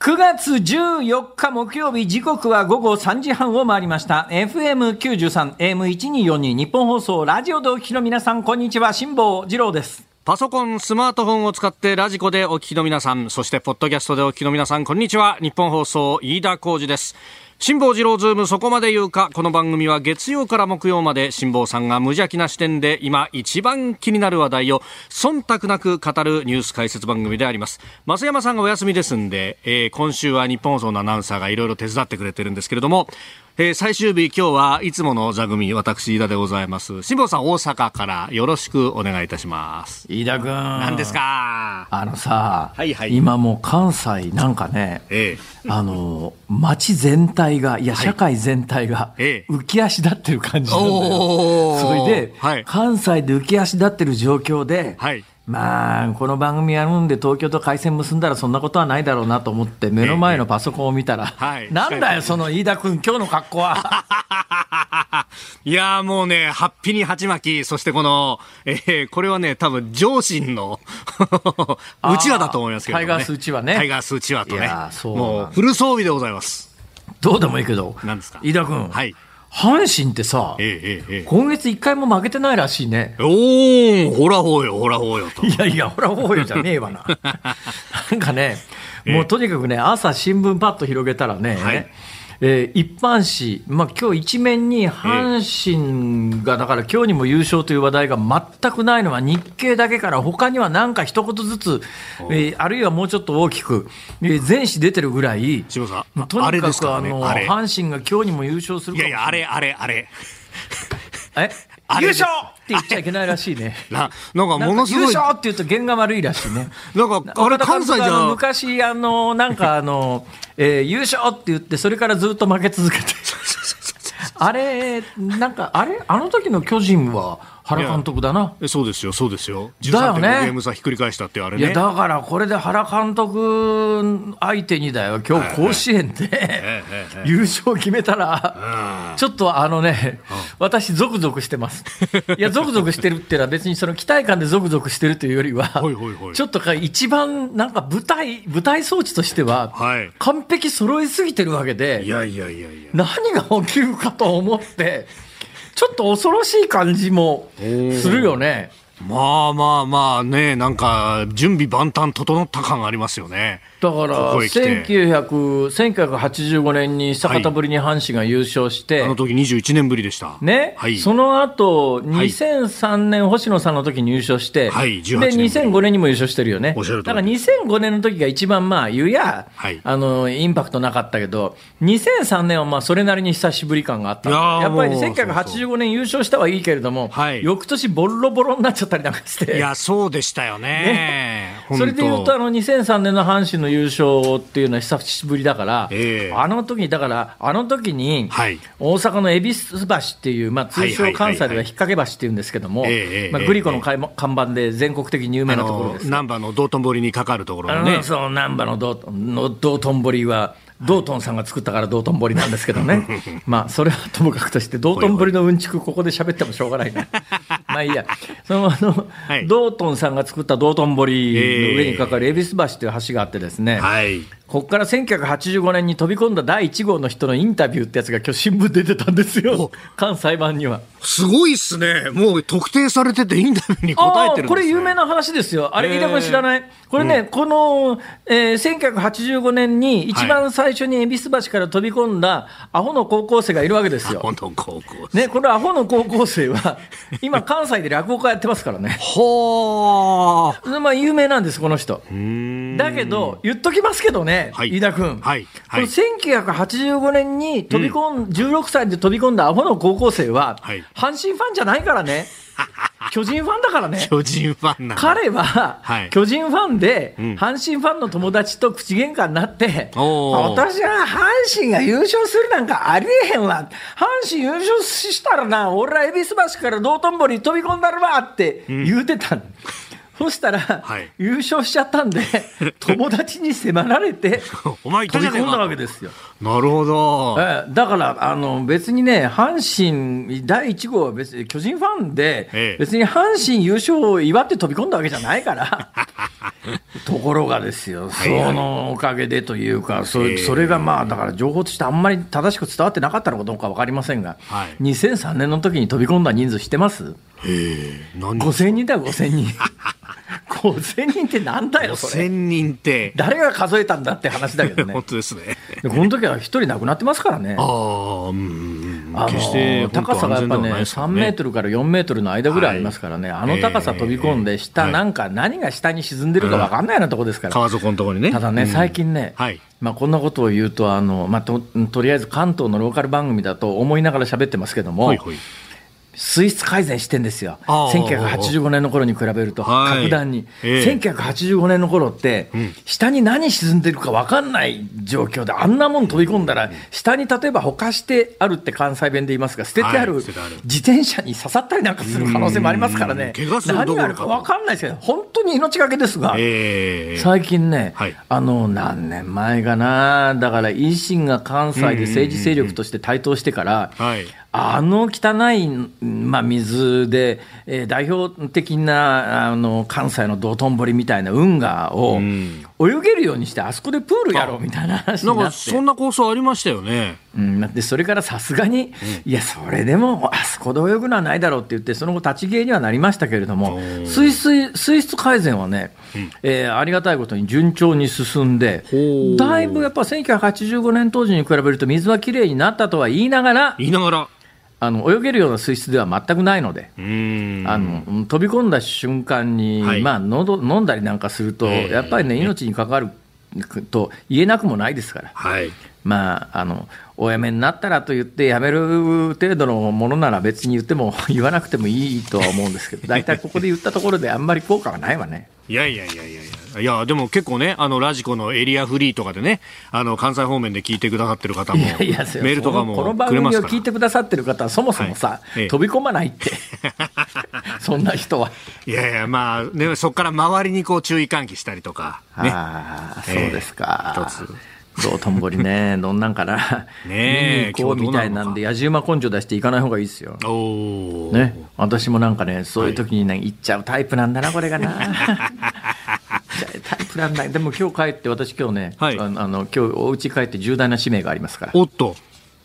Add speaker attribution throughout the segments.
Speaker 1: 9月14日木曜日時刻は午後3時半を回りました FM93 AM1242 日本放送ラジオでお聞きの皆さんこんにちは辛坊治郎です
Speaker 2: パソコン、スマートフォンを使ってラジコでお聞きの皆さん、そしてポッドキャストでお聞きの皆さん、こんにちは。日本放送、飯田浩二です。辛坊治郎ズームそこまで言うか。この番組は月曜から木曜まで辛坊さんが無邪気な視点で今一番気になる話題を忖度なく語るニュース解説番組であります。増山さんがお休みですんで、えー、今週は日本放送のアナウンサーがいろいろ手伝ってくれてるんですけれども、えー、最終日今日はいつもの座組私飯田でございます辛坊さん大阪からよろしくお願いいたします
Speaker 1: 飯田君
Speaker 2: 何ですか
Speaker 1: あのさ、はいはい、今もう関西なんかね、ええ、あの街全体がいや社会全体が浮き足立ってる感じなんだよ、はい、それで、はい、関西で浮き足立ってる状況で、はいまあ、この番組やるんで東京と回線結んだらそんなことはないだろうなと思って目の前のパソコンを見たら、ええ、なんだよその飯田君今日の格好 は
Speaker 2: いやもうね、はっぴに鉢巻き、そしてこの、えー、これはね、多分上心のうちわだと思いますけどね。
Speaker 1: タイガースうちわね。
Speaker 2: タイガースうちわとね。うもうフル装備でございます。
Speaker 1: どうでもいいけど、
Speaker 2: なんですか
Speaker 1: 飯田君。
Speaker 2: はい。
Speaker 1: 阪神ってさ、えええ、今月1回も負けてないらしいね。
Speaker 2: おお、ほらほうよ、ほらほうよと。
Speaker 1: いやいや、ほらほうよじゃねえわ な。なんかね、もうとにかくね、朝新聞パッと広げたらね、はい、えー、一般紙、まあ今日一面に阪神が、だから今日にも優勝という話題が全くないのは、日経だけから、他にはなんか一言ずつ、えー、あるいはもうちょっと大きく、えー、全紙出てるぐらい、
Speaker 2: とにか
Speaker 1: くあ、ね、の阪神が今日にも優勝する
Speaker 2: いやいや、あれ、あれ、あれ。
Speaker 1: え優勝って言っちゃいけないらしいね。
Speaker 2: ななん かものすご
Speaker 1: い。優勝って言うと弦が悪いらしいね。
Speaker 2: なんか、あれ関西じゃん。
Speaker 1: 昔、あの、なんかあの、 えー、優勝って言って、それからずっと負け続けて。あれ、なんか、あれあの時の巨人は原監督だな。
Speaker 2: そうですよ、そうですよ。13.5、ね、ゲーム差ひっくり返したってあれね。
Speaker 1: いや、だからこれで原監督相手にだよ、今日甲子園で、優勝決めたら、ちょっとあのね、私、ゾクゾクしてます。いや、ゾクゾクしてるっていうのは別にその期待感でゾクゾクしてるというよりは、ちょっとか一番なんか舞台、舞台装置としては、完璧揃いすぎてるわけで、
Speaker 2: いやいやいやいや。
Speaker 1: 何が起きるかと思って、ちょっと恐ろしい感じもするよね。
Speaker 2: まあまあまあね、なんか準備万端整った感ありますよね。
Speaker 1: だから、ここ1985年に久方ぶりに阪神が優勝して、はい、
Speaker 2: あの時21年ぶりでした。
Speaker 1: ね、はい、その後、2003年、星野さんの時に優勝して、
Speaker 2: は
Speaker 1: で、
Speaker 2: い、
Speaker 1: 2005年にも優勝してるよね。
Speaker 2: おっしゃる
Speaker 1: だから2005年の時が一番まあ、言うや、はい、あの、インパクトなかったけど、2003年はまあ、それなりに久しぶり感があった。や,やっぱり1985年優勝したはいいけれども、はい、翌年ボロボロになっちゃったりなんかして。
Speaker 2: いや、そうでしたよね。
Speaker 1: ねそれで言うと、あの、2003年の阪神の優勝っていうのは久しぶりだから、えー、あの時だから、あの時に、大阪の恵比寿橋っていう、まあ、通称関西では引っ掛け橋っていうんですけども、グリコの看板で全国的に有名なところです。
Speaker 2: 難波の道頓堀にかかるところね。
Speaker 1: そう、難波の道の道頓堀は、道頓さんが作ったから道頓堀なんですけど ね、まあそれはともかくとして、道頓堀のうんちく、ここで喋ってもしょうがない な、まあいいや、そのあの、はい、道頓さんが作った道頓堀の上にかかる恵比寿橋という橋があってですね、はい、ここから1985年に飛び込んだ第1号の人のインタビューってやつが、今日新聞出てたんですよ、関裁判には。
Speaker 2: すごいっすね、もう特定されてて、インタビューに答えてる、ね、
Speaker 1: これ、有名な話ですよ、あれ、飯田君知らない、これね、うん、この、えー、1985年に一番最初に恵比寿橋から飛び込んだアホの高校生がいるわけですよ。ね、このアホの高校生は、 今、関西で落語家やってますからね。
Speaker 2: ほー。
Speaker 1: まあ、有名なんです、この人。だけど、言っときますけどね、はい、飯田君、はいはい、この1985年に飛び込ん、うん、16歳で飛び込んだアホの高校生は、はい、阪神ファンじゃないから ね。 巨人ファンだからね。
Speaker 2: 巨人ファン
Speaker 1: 彼は、巨人ファンで、阪神ファンの友達と口喧嘩になって、私は阪神が優勝するなんかありえへんわ。阪神優勝したらな、俺は恵比寿橋から道頓堀飛び込んだるわって言うてた、うんそしたら、
Speaker 2: い
Speaker 1: 優勝しちゃったんで、友達に迫られて、
Speaker 2: お前言った
Speaker 1: 飛
Speaker 2: じ
Speaker 1: び
Speaker 2: ゃね
Speaker 1: 込
Speaker 2: え
Speaker 1: んだわ
Speaker 2: か
Speaker 1: けですよ。
Speaker 2: なるほど
Speaker 1: ええだからあの別にね、阪神第1号は別に巨人ファンで、
Speaker 2: ええ
Speaker 1: 別に阪神優勝を祝って飛び込んだわけじゃない から、ところがですよ、そ
Speaker 2: はい
Speaker 1: のおかげでというか、そ
Speaker 2: ええ
Speaker 1: それがまあ、だから情報としてあんまり正しく伝わってなかったのかどうか分かりませんが、
Speaker 2: はい
Speaker 1: 2003年の時に飛び込んだ人数、知ってます
Speaker 2: 何
Speaker 1: ?5000 人だよ、5000人。5000人ってなんだよ、それ。
Speaker 2: 5000人って
Speaker 1: 誰が数えたんだって話だけどね
Speaker 2: 本。当ですね
Speaker 1: でこの時は1人亡くなってますからね。
Speaker 2: ああうん
Speaker 1: あの
Speaker 2: 決して本当
Speaker 1: 高さがやっぱ
Speaker 2: 安全
Speaker 1: ね、
Speaker 2: ではないですか
Speaker 1: 3
Speaker 2: ら
Speaker 1: メートルから4メートルの間ぐらいありますからね、
Speaker 2: はい
Speaker 1: あの高さ飛び込ん
Speaker 2: え
Speaker 1: で、
Speaker 2: え
Speaker 1: 下、
Speaker 2: はい
Speaker 1: なんか何が下に沈んでるか分かんないようなとこですから、
Speaker 2: 川底のところにね
Speaker 1: ただね、最近ね、
Speaker 2: はい
Speaker 1: まあ、こんなことを言うとあの、まあと、とりあえず関東のローカル番組だと思いながら喋ってますけども
Speaker 2: ほい、ほい
Speaker 1: 水質改善してんですよ、
Speaker 2: ああ
Speaker 1: 1985年の頃に比べると、
Speaker 2: はい
Speaker 1: 格段に、
Speaker 2: ええ
Speaker 1: 1985年の頃って、下に何沈んでるか分かんない状況で、あんなもん飛び込んだら、下に例えばほかしてあるって関西弁で言いますが、捨ててある
Speaker 2: はい
Speaker 1: 自
Speaker 2: 捨ててある
Speaker 1: 転車に刺さったりなんかする可能性もありますから
Speaker 2: うん
Speaker 1: ね、
Speaker 2: 怪我するどころ
Speaker 1: 何
Speaker 2: か
Speaker 1: があるか分かんないですけど、本当に命がけですが。
Speaker 2: ええ
Speaker 1: 最近ね、
Speaker 2: はい
Speaker 1: あの何年前かな、だから維新が関西で政治勢力として台頭してから、
Speaker 2: はい
Speaker 1: あの汚い、まあ、水で、えー代表的なあの関西の道頓堀みたいな運河を
Speaker 2: ん
Speaker 1: 泳げるようにして、あそこでプールやろうみたいな話
Speaker 2: な
Speaker 1: に
Speaker 2: ん
Speaker 1: な
Speaker 2: か
Speaker 1: って。
Speaker 2: そんな構想ありましたよね
Speaker 1: うん、だってそれからさすがに、いや、それでもあそこで泳ぐのはないだろうって言って、その後、立ち消えにはなりましたけれども
Speaker 2: お、ー
Speaker 1: 水水水質改善はね、えーありがたいことに順調に進んで
Speaker 2: ほう、
Speaker 1: だいぶやっぱ1985年当時に比べると、水はきれいになったとは言いながら、
Speaker 2: 言いながら
Speaker 1: あの泳げるような水質では全くないので。
Speaker 2: うーん
Speaker 1: あのうん飛び込んだ瞬間に、
Speaker 2: はい
Speaker 1: まあ、喉飲んだりなんかすると、
Speaker 2: ええ
Speaker 1: やっぱりね、命に関わると言えなくもないですから、
Speaker 2: はい
Speaker 1: まあ、あのお辞めになったらと言って、辞める程度のものなら別に言っても、 言わなくてもいいとは思うんですけ ど、大体ここで言ったところで、あんまり効果はないわね。
Speaker 2: いやいやいやいやいや。いや、でも結構ね、あの、ラジコのエリアフリーとかでね、あの、関西方面で聞いてくださってる方も、
Speaker 1: い
Speaker 2: メ
Speaker 1: やいや、
Speaker 2: ールとか
Speaker 1: このこの
Speaker 2: も
Speaker 1: 番
Speaker 2: くれま
Speaker 1: 組
Speaker 2: す
Speaker 1: を
Speaker 2: か
Speaker 1: 聞い
Speaker 2: ら。
Speaker 1: てくださってる方は、そもそもさ、
Speaker 2: はいええ
Speaker 1: 飛び込まない って、そんな人は。
Speaker 2: いやいや、まあ、ね、そこから周りにこう注意喚起したりとか、ね。
Speaker 1: ああ、
Speaker 2: ええ
Speaker 1: そうですか。
Speaker 2: 一つ
Speaker 1: 道頓堀 ね、どんなんかな。
Speaker 2: ねえ
Speaker 1: 見に行こうみたいなんで、野じ馬根性出して行かない方がいいですよ。
Speaker 2: おー。
Speaker 1: ね、私もなんかね、そういう時にね、行っちゃうタイプなんだな、これ がな。行っちゃうタイプなんだ。でも今日帰って、私今日ね、
Speaker 2: はい
Speaker 1: あのあの今日お家帰って重大な使命がありますから。
Speaker 2: おっと、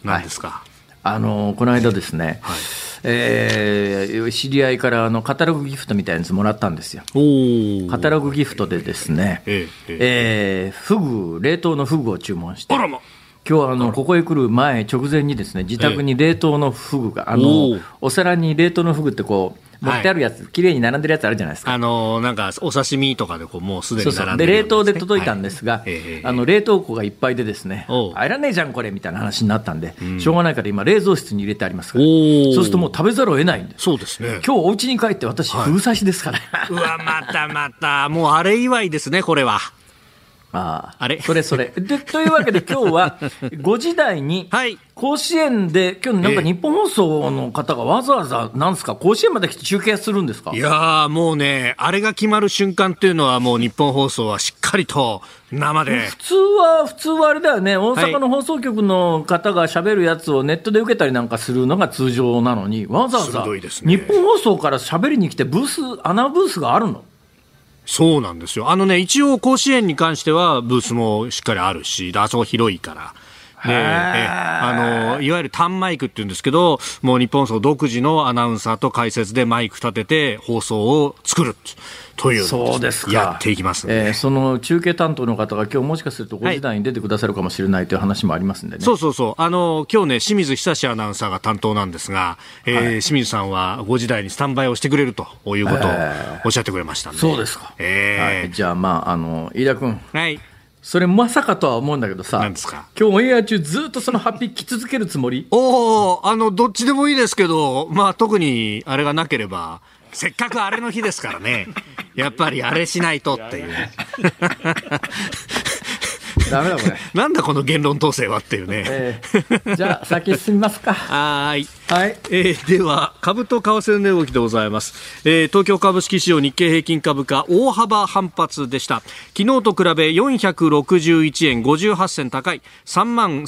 Speaker 2: なんですか。
Speaker 1: あのこの間ですね、
Speaker 2: はい
Speaker 1: えー知り合いからあのカタログギフトみたいなやつもらったんですよ。
Speaker 2: おー。
Speaker 1: カタログギフトでですね、
Speaker 2: えええ
Speaker 1: えーフグ、冷凍のフグを注文して
Speaker 2: あ、らま。
Speaker 1: 今日はあのここへ来る前、直前にですね自宅に冷凍のフグが、あ
Speaker 2: お
Speaker 1: の
Speaker 2: う
Speaker 1: お皿に冷凍のフグってこう、
Speaker 2: はい
Speaker 1: 持ってあるやつ、綺麗に並んでるやつあるじゃないですか。
Speaker 2: あのーなんか、お刺身とかでこう、もうすで
Speaker 1: そう
Speaker 2: に
Speaker 1: そ
Speaker 2: 並
Speaker 1: うん
Speaker 2: で
Speaker 1: で
Speaker 2: る
Speaker 1: 冷凍で届いたん
Speaker 2: で
Speaker 1: ですが、
Speaker 2: ええええ
Speaker 1: あの冷凍庫がいっぱいで、ですね
Speaker 2: おう
Speaker 1: 入らねえじゃん、これみたいな話になったんで、しょうがないから今、冷蔵室に入れてありますから、
Speaker 2: お
Speaker 1: そう
Speaker 2: ー
Speaker 1: するともう食べざるを得ないんです
Speaker 2: そうですね。
Speaker 1: 今日お家に帰って私、封鎖しですから、
Speaker 2: うわ、またまた、もうあれ祝いですね、これは。
Speaker 1: ああ
Speaker 2: あれ
Speaker 1: それそ れ。でというわけで、今日は5時台に
Speaker 2: はい、
Speaker 1: 甲子園で、今日なんか
Speaker 2: ええ
Speaker 1: 日本放送の方がわざわざ、なんですか、甲子園まで来て中継するんですか
Speaker 2: いやーもうね、あれが決まる瞬間っていうのはもう日本放送はしっかりと生で。
Speaker 1: 普通は、普通はあれだよね、大阪の放送局の方が喋るやつをネットで受けたりなんかするのが通常なのに、わざわざ、
Speaker 2: 鋭いですね
Speaker 1: 日本放送から喋りに来て、ブース、アナブースがあるの
Speaker 2: そうなんですよ。あのね、一応甲子園に関してはブースもしっかりあるし、であそこ広いから。で、
Speaker 1: へ
Speaker 2: え
Speaker 1: ー
Speaker 2: あの、いわゆる単マイクって言うんですけど、もう日本放送独自のアナウンサーと解説でマイク立てて放送を作るというのを
Speaker 1: そうですか。
Speaker 2: やっていきますんで
Speaker 1: えーその中継担当の方が今日もしかすると
Speaker 2: は
Speaker 1: 5
Speaker 2: い
Speaker 1: 時台に出てくださるかもしれないという話もありますんでね。
Speaker 2: そうそうそう。あの、今日ね、清水久志アナウンサーが担当なんですが、えー清水さんは5時台にスタンバイをしてくれるということをおっしゃってくれましたんで。
Speaker 1: そうですか。は
Speaker 2: え
Speaker 1: い、じゃあ、まあ、あの、飯田君、
Speaker 2: ーはい。
Speaker 1: それまさかとは思うんだけどさ、
Speaker 2: 何ですか
Speaker 1: 今日オンエア中ずっとそのハッピー着続けるつもり
Speaker 2: おおあの、どっちでもいいですけど、まあ特にあれがなければ、せっかくあれの日ですからね。やっぱりあれしないとっていう。
Speaker 1: ダメだこれ。
Speaker 2: なんだこの言論統制はっていうね。
Speaker 1: えーじゃあ先進みますか。
Speaker 2: はーい。
Speaker 1: はい。
Speaker 2: えーでは、株と為替の値動きでございます、えー東京株式市場日経平均株価大幅反発でした。昨日と比べ461円58銭高い3万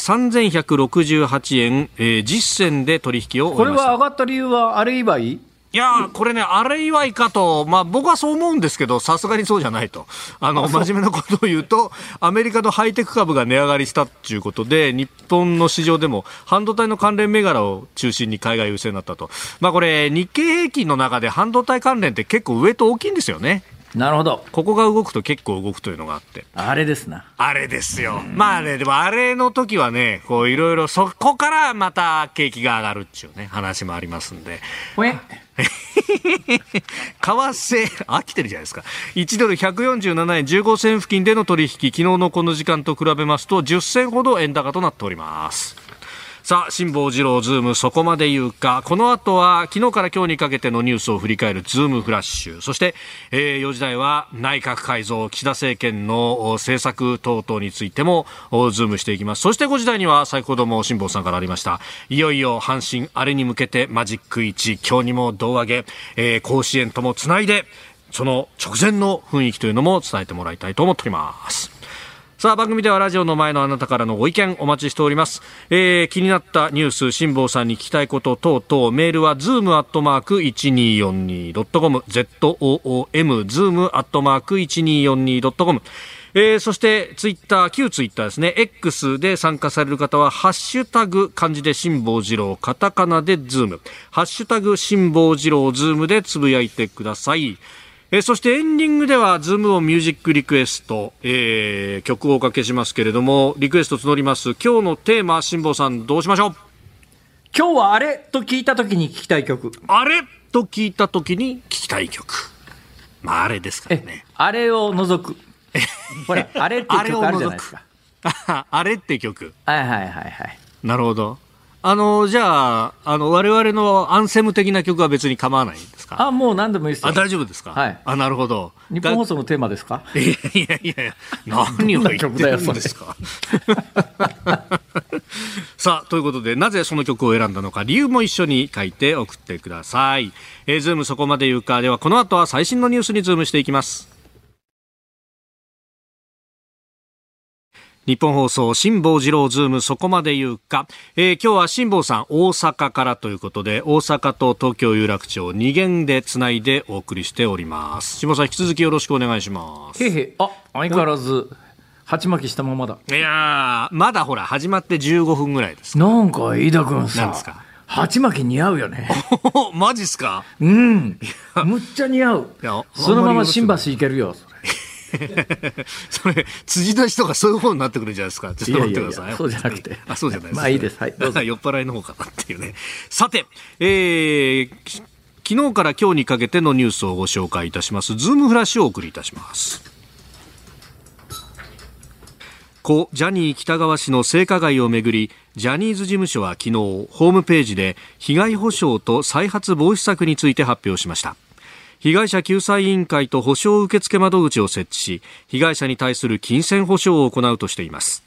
Speaker 2: 3168円、えー実銭で取引を終
Speaker 1: こ
Speaker 2: え
Speaker 1: れ
Speaker 2: ました。
Speaker 1: は上がった理由はあれ以外
Speaker 2: いやー、これね、あれ祝いかと、まあ僕はそう思うんですけど、さすがにそうじゃないと。あの、真面目なことを言うと、アメリカのハイテク株が値上がりしたっていうことで、日本の市場でも半導体の関連銘柄を中心に海外優勢になったと。まあこれ、日経平均の中で半導体関連って結構上と大きいんですよね。
Speaker 1: なるほど。
Speaker 2: ここが動くと結構動くというのがあって。
Speaker 1: あれですな。
Speaker 2: あれですよ。まあね、でもあれの時はね、こういろいろそこからまた景気が上がるっていうね、話もありますんで。
Speaker 1: ほえ。
Speaker 2: 為替、飽きてるじゃないですか。1ドル147円15銭付近での取引、昨日のこの時間と比べますと、10銭ほど円高となっております。さあ、辛坊二郎ズーム、そこまで言うか。この後は、昨日から今日にかけてのニュースを振り返るズームフラッシュ。そして、えー、4時台は内閣改造、岸田政権のお政策等々についても、おズームしていきます。そして5時台には、先ほども辛坊さんからありました。いよいよ、阪神、あれに向けてマジック1、今日にも胴上げ、えー、甲子園ともつないで、その直前の雰囲気というのも伝えてもらいたいと思っております。さあ番組ではラジオの前のあなたからのご意見お待ちしております、えー気になったニュース辛坊さんに聞きたいこと等々メールは zoom.1242.com zoom zoom.1242.com えーそして、ツイッター、旧ツイッターですね、X で参加される方は、ハッシュタグ、漢字で辛坊二郎、カタカナでズーム、ハッシュタグ、辛坊二郎、ズームでつぶやいてください。えーそしてエンディングでは、ズームオンミュージックリクエスト、えー曲をおかけしますけれども、リクエスト募ります。今日のテーマ、辛坊さん、どうしましょう
Speaker 1: 今日はあれと聞いたときに聞きたい曲。
Speaker 2: あれと聞いた時に聞きたい曲。まあ、あれですから
Speaker 1: え
Speaker 2: ね。、
Speaker 1: あれを除く。 ほら、あれっていう曲あるじゃないですか。
Speaker 2: あ あれって曲。
Speaker 1: はいはいはいはい。
Speaker 2: なるほど。あの、じゃあ、あの、我々のアンセム的な曲は別に構わないんですか
Speaker 1: あ、もう何でもいいです
Speaker 2: あ、
Speaker 1: よ。
Speaker 2: 大丈夫ですか
Speaker 1: はい
Speaker 2: あ、なるほど。
Speaker 1: 日本放送のテーマですか
Speaker 2: いやいやいやいや、何を言ってるんですか。 さあ、ということで、なぜその曲を選んだのか、理由も一緒に書いて送ってください。えー、ズームそこまで言うか、ではこの後は最新のニュースにズームしていきます。日本放送、辛坊二郎ズーム、そこまで言うか。えー今日は辛坊さん、大阪からということで、大阪と東京有楽町、二元でつないでお送りしております。辛坊さん、引き続きよろしくお願いします。
Speaker 1: へいへい。あ、相変わらず、鉢巻きしたままだ。
Speaker 2: いやー、まだほら、始まって15分ぐら いです。
Speaker 1: なんか、飯田君
Speaker 2: なん
Speaker 1: さ
Speaker 2: ですか、
Speaker 1: 鉢巻き似合うよね。
Speaker 2: マジっすか
Speaker 1: うん。むっちゃ似合う
Speaker 2: いや。
Speaker 1: そのまま新橋
Speaker 2: あんま
Speaker 1: 行けるよ。それ
Speaker 2: それ、辻出しとかそういう方になってくるじゃないですか。ちょっと待ってください。
Speaker 1: いやいやいやそうじゃなくて
Speaker 2: あ、そうじゃないですか。
Speaker 1: まあいいですはいどうぞ
Speaker 2: 酔っ払いの方かなっていうね。さて、えー、き昨日から今日にかけてのニュースをご紹介いたします。ズームフラッシュをお送りいたします。故ジャニー喜多川氏の性加害をめぐりジャニーズ事務所は昨日ホームページで被害補償と再発防止策について発表しました被害者救済委員会と補償受付窓口を設置し被害者に対する金銭補償を行うとしています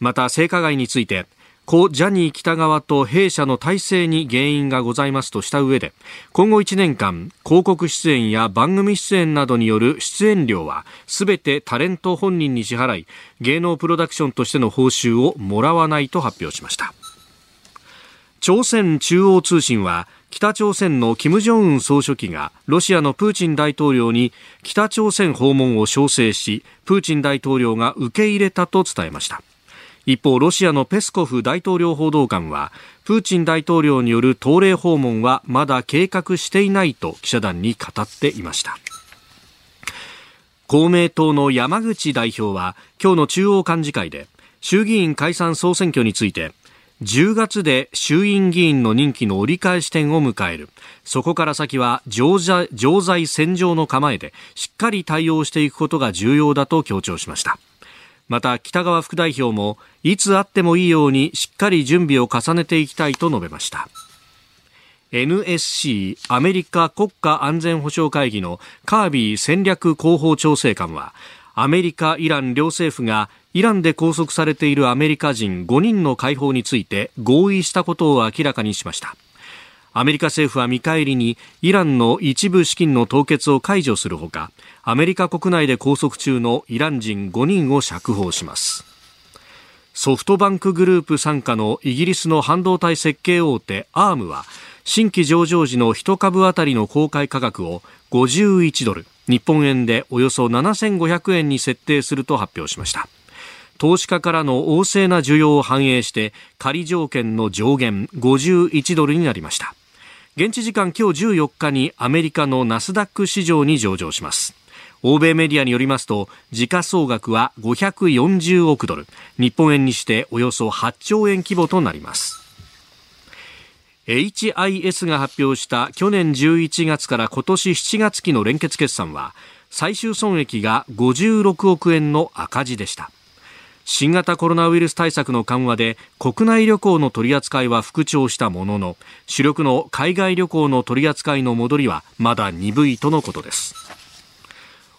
Speaker 2: また性加害について故ジャニー喜多川と弊社の体制に原因がございますとした上で今後1年間広告出演や番組出演などによる出演料は全てタレント本人に支払い芸能プロダクションとしての報酬をもらわないと発表しました朝鮮中央通信は北朝鮮の金正恩総書記がロシアのプーチン大統領に北朝鮮訪問を招請しプーチン大統領が受け入れたと伝えました一方ロシアのペスコフ大統領報道官はプーチン大統領による東令訪問はまだ計画していないと記者団に語っていました公明党の山口代表は今日の中央幹事会で衆議院解散総選挙について10月で衆院議員の任期の折り返し点を迎えるそこから先は常在常在戦場の構えでしっかり対応していくことが重要だと強調しましたまた北川副代表もいつあってもいいようにしっかり準備を重ねていきたいと述べました NSC アメリカ国家安全保障会議のカービー戦略広報調整官はアメリカ、イラン両政府がイランで拘束されているアメリカ人5人の解放について合意したことを明らかにしましたアメリカ政府は見返りにイランの一部資金の凍結を解除するほかアメリカ国内で拘束中のイラン人5人を釈放しますソフトバンクグループ傘下のイギリスの半導体設計大手アームは新規上場時の1株当たりの公開価格を51ドル日本円でおよそ7500円に設定すると発表しました投資家からの旺盛な需要を反映して仮条件の上限51ドルになりました現地時間今日14日にアメリカのナスダック市場に上場します欧米メディアによりますと時価総額は540億ドル日本円にしておよそ8兆円規模となります HIS が発表した去年11月から今年7月期の連結決算は最終損益が56億円の赤字でした新型コロナウイルス対策の緩和で国内旅行の取り扱いは復調したものの主力の海外旅行の取り扱いの戻りはまだ鈍いとのことです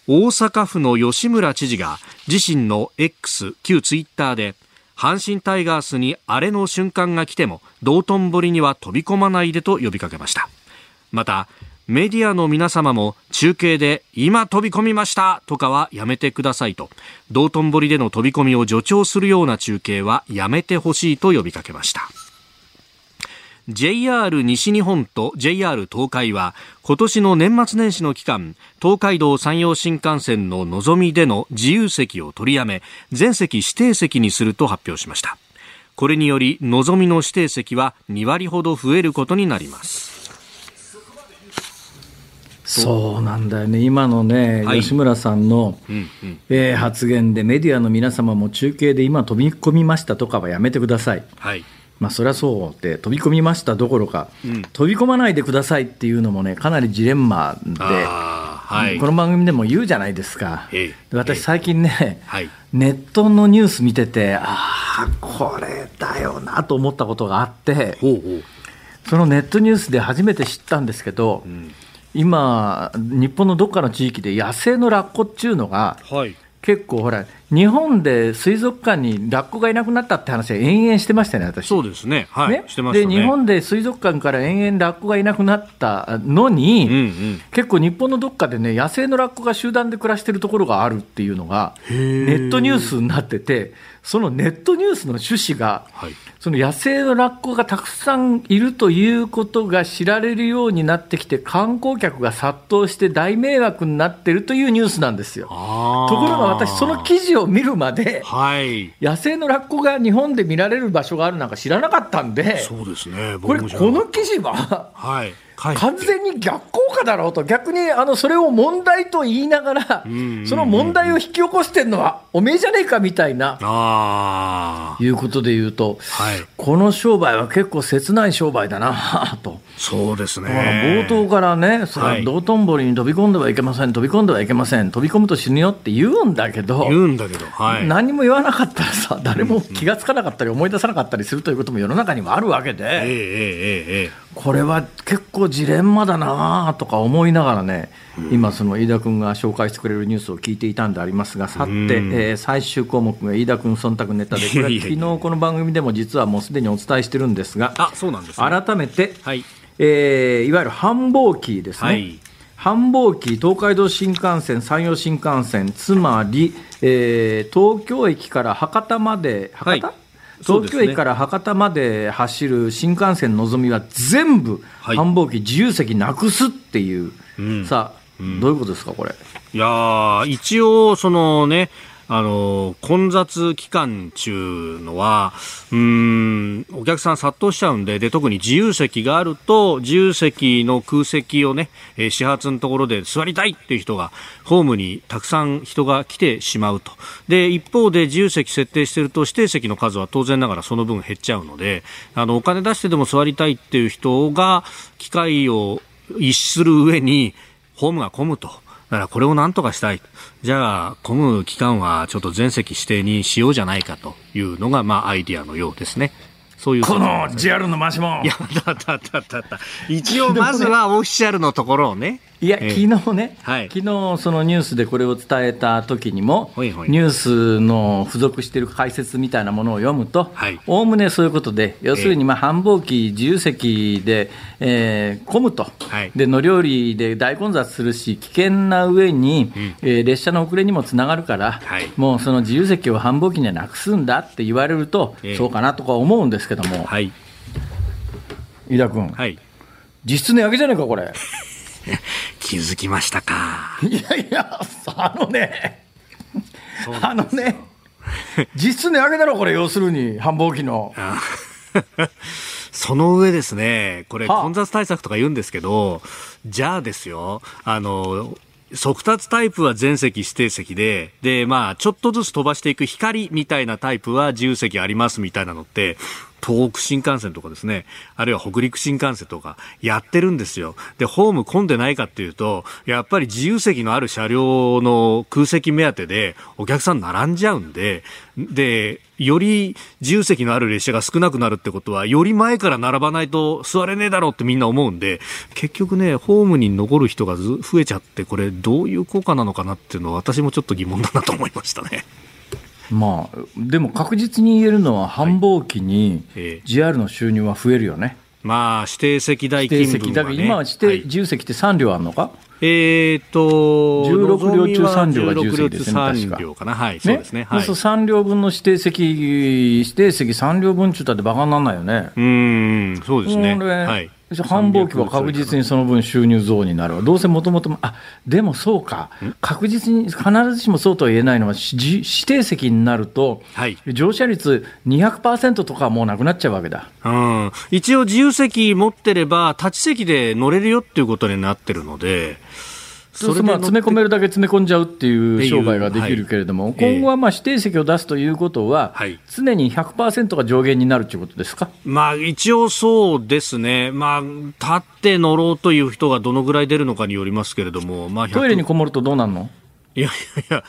Speaker 2: 大阪府の吉村知事が自身の X 旧ツイッターで阪神タイガースにあれの瞬間が来ても道頓堀には飛び込まないでと呼びかけましたまたメディアの皆様も中継で今飛び込みましたとかはやめてくださいと道頓堀での飛び込みを助長するような中継はやめてほしいと呼びかけました JR 西日本と JR 東海は今年の年末年始の期間東海道山陽新幹線ののぞみでの自由席を取りやめ全席指定席にすると発表しましたこれによりのぞみの指定席は2割ほど増えることになります
Speaker 1: そうなんだよね、今のね、
Speaker 2: はい
Speaker 1: 吉村さんの、
Speaker 2: うんうん
Speaker 1: えー発言で、メディアの皆様も中継で今、飛び込みましたとかはやめてください、
Speaker 2: はい
Speaker 1: まあ、そりゃそうで、飛び込みましたどころか、
Speaker 2: うん
Speaker 1: 飛び込まないでくださいっていうのもね、かなりジレンマで、
Speaker 2: あーはい
Speaker 1: この番組でも言うじゃないですか、
Speaker 2: ええ
Speaker 1: で
Speaker 2: え
Speaker 1: 私、
Speaker 2: え
Speaker 1: 最近ね、
Speaker 2: はい
Speaker 1: ネットのニュース見てて、ああ、これだよなと思ったことがあって、
Speaker 2: ほうほう
Speaker 1: そのネットニュースで初めて知ったんですけど、
Speaker 2: ん
Speaker 1: 今、日本のどっかの地域で野生のラッコっていうのが、
Speaker 2: はい
Speaker 1: 結構ほら、日本で水族館にラッコがいなくなったって話は延々してましたよね、私。
Speaker 2: そうですねはい
Speaker 1: ね
Speaker 2: してましたね
Speaker 1: で日本で水族館から延々ラッコがいなくなったのに、
Speaker 2: うんうん
Speaker 1: 結構日本のどっかでね野生のラッコが集団で暮らしてるところがあるっていうのがネ
Speaker 2: ー
Speaker 1: ットニュースになっててそのネットニュースの趣旨が、
Speaker 2: はい
Speaker 1: その野生のラッコがたくさんいるということが知られるようになってきて観光客が殺到して大迷惑になってるというニュースなんですよ。
Speaker 2: あー
Speaker 1: ところが私その記事を見るまで
Speaker 2: はい
Speaker 1: 野生のラッコが日本で見られる場所があるなんか知らなかったんで。
Speaker 2: そうですね
Speaker 1: これ、こ
Speaker 2: 僕も知らなかっ
Speaker 1: の記事は、
Speaker 2: たはい書いて
Speaker 1: 完全に逆効果だろうと、逆にあのそれを問題と言いながら
Speaker 2: んうんうん、
Speaker 1: その問題を引き起こしてるのは、おめえじゃねえかみたいな、
Speaker 2: あ
Speaker 1: いうことで言うと、
Speaker 2: あはい
Speaker 1: この商売は結構切ない商売だな と。
Speaker 2: そうですね
Speaker 1: だから冒頭からね、それ
Speaker 2: はい
Speaker 1: 道頓堀に飛び込んではいけません、飛び込んではいけません、飛び込むと死ぬよって言うんだけど、
Speaker 2: 言うんだけど、はい、
Speaker 1: 何も言わなかったらさ、誰も気がつかなかったり、思い出さなかったりするということも世の中にはあるわけで。
Speaker 2: ええええええ
Speaker 1: これは結構ジレンマだなあとか思いながらね、今、その飯田君が紹介してくれるニュースを聞いていたんでありますが、さて、えー最終項目が飯田君忖度ネタで、これはい
Speaker 2: やいや
Speaker 1: 昨
Speaker 2: い
Speaker 1: 日
Speaker 2: や
Speaker 1: この番組でも実はもうすでにお伝えしてるんですが、
Speaker 2: あそうなんですね
Speaker 1: 改めて、
Speaker 2: はい
Speaker 1: えーいわゆる繁忙期ですね。
Speaker 2: はい
Speaker 1: 繁忙期、東海道新幹線、山陽新幹線、つまり、えー東京駅から博多まで、博多、
Speaker 2: はいそうで
Speaker 1: 東
Speaker 2: すね
Speaker 1: 京駅から博多まで走る新幹線のぞみは全部、
Speaker 2: はい
Speaker 1: 繁忙期自由席なくすっていう、
Speaker 2: うん
Speaker 1: さあ、どういうことですか、これ。
Speaker 2: いやー一応そのねあのー混雑期間中のはうーんお客さん殺到しちゃうんでで特に自由席があると自由席の空席をね、えー始発のところで座りたいっていう人がホームにたくさん人が来てしまうとで一方で自由席設定してると指定席の数は当然ながらその分減っちゃうのであのお金出してでも座りたいっていう人が機会を逸する上にホームが混むと。だからこれをなんとかしたい。じゃあ、混む期間はちょっと全席指定にしようじゃないかというのが、まあ、アイディアのようですね。そういう。
Speaker 1: JR の回しも
Speaker 2: いや、だだだだだ。一応、まずはオフィシャルのところをね。
Speaker 1: いや、昨日ね、
Speaker 2: はい
Speaker 1: 昨日そのニュースでこれを伝えた時にも、
Speaker 2: ほいほい
Speaker 1: ニュースの付属している解説みたいなものを読むと
Speaker 2: はい、
Speaker 1: おおむねそういうことで、要するにまあ繁忙期、自由席で、えー混むと、
Speaker 2: はい
Speaker 1: で乗り降りで大混雑するし、危険な上に、えー列車の遅れにもつながるから、
Speaker 2: はい
Speaker 1: もうその自由席を繁忙期にはなくすんだって言われると、
Speaker 2: ええ
Speaker 1: そうかなとか思うんですけども、
Speaker 2: はい。
Speaker 1: 飯田君、
Speaker 2: はい。
Speaker 1: 実質値上げじゃねえか、これ。
Speaker 2: 気づきましたか。
Speaker 1: いやいや、あのね、
Speaker 2: そう
Speaker 1: あのね、実質値上げだろ、これ、要するに、繁忙期の。
Speaker 2: あその上ですね、これ、
Speaker 1: はあ
Speaker 2: 混雑対策とか言うんですけど、じゃあですよ、あの、速達タイプは全席指定席で、で、まあ、ちょっとずつ飛ばしていく光みたいなタイプは自由席ありますみたいなのって、東北新幹線とかですね、あるいは北陸新幹線とか、やってるんですよ。で、ホーム混んでないかっていうと、やっぱり自由席のある車両の空席目当てで、お客さん並んじゃうんで、で、より自由席のある列車が少なくなるってことは、より前から並ばないと座れねえだろうってみんな思うんで、結局ね、ホームに残る人がず増えちゃって、これどういう効果なのかなっていうのは、私もちょっと疑問だなと思いましたね。
Speaker 1: まあ、でも確実に言えるのは、繁忙期に
Speaker 2: ええ
Speaker 1: JR の収入は増えるよね。
Speaker 2: まあ、指定席代
Speaker 1: 指
Speaker 2: 金
Speaker 1: 定
Speaker 2: 分
Speaker 1: 席だ
Speaker 2: は、ね。
Speaker 1: けど、今は指定、
Speaker 2: はい
Speaker 1: 自由席って3両あるのか
Speaker 2: えーっと、
Speaker 1: 16両中3両が
Speaker 2: 16
Speaker 1: 16ですね確か
Speaker 2: 3両かな。はい、そうですね。はい。
Speaker 1: そう3両分の指定席、指定席3両分っちゅったってバカにならないよね。
Speaker 2: うーん、そうですね。
Speaker 1: これ
Speaker 2: はい。
Speaker 1: 繁忙期は確実にその分収入増になるわ、どうせもともと、あでもそうか、確実に、必ずしもそうとは言えないのは、し指定席になると、
Speaker 2: はい
Speaker 1: 乗車率200%とかはもうなくなっちゃうわけだ、
Speaker 2: うん、一応自由席持ってれば立ち席で乗れるよっていうことになってるので
Speaker 1: そうするとまあ
Speaker 2: 乗っ
Speaker 1: 詰め込めるだけ詰め込んじゃうっていう商売ができるけれども、
Speaker 2: っていうはい
Speaker 1: 今後はまあ指定席を出すということは、
Speaker 2: はい
Speaker 1: 常に100%が上限になるということですか。
Speaker 2: まあ一応そうですね、まあ、立って乗ろうという人がどのぐらい出るのかによりますけれども、まあ、100
Speaker 1: トイレにこもるとどうなるの
Speaker 2: いやいやいや、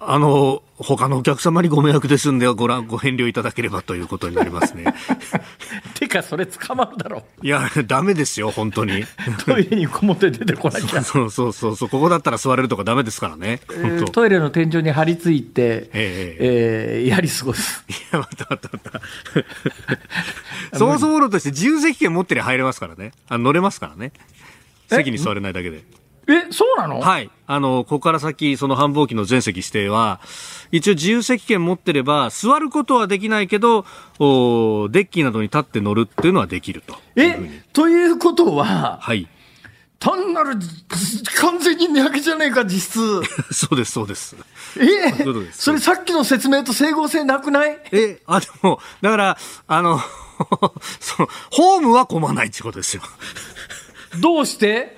Speaker 2: あの他のお客様にご迷惑ですんでご覧ご遠慮いただければということになりま すね。
Speaker 1: てか、それ捕まるだ ろ、
Speaker 2: いや、ダメですよ、本当に。
Speaker 1: トイレにこもって出てこなきゃ。
Speaker 2: そうそうそうそう、ここだったら座れるとかダメですからね。本当
Speaker 1: トイレの天井に張り付いて、
Speaker 2: え
Speaker 1: えーやり過ごす。
Speaker 2: いや、またまたまた。 そもそも論として自由席券持ってりゃ入れますからね。あ乗れますからね。
Speaker 1: え
Speaker 2: 席に座れないだけで。
Speaker 1: え、そうなの、
Speaker 2: はい。あの、ここから先、その繁忙期の全席指定は、一応自由席券持ってれば、座ることはできないけど、おデッキなどに立って乗るっていうのはできると。
Speaker 1: え、ということは、
Speaker 2: はい。
Speaker 1: 単なるじ完全に値上げじゃねえか、実 質。
Speaker 2: そうです、そうです。
Speaker 1: え
Speaker 2: そういうことです
Speaker 1: それさっきの説明と整合性なくない
Speaker 2: え、あ、でも、だから、あの、 その、ホームは混まないってことですよ。
Speaker 1: どうして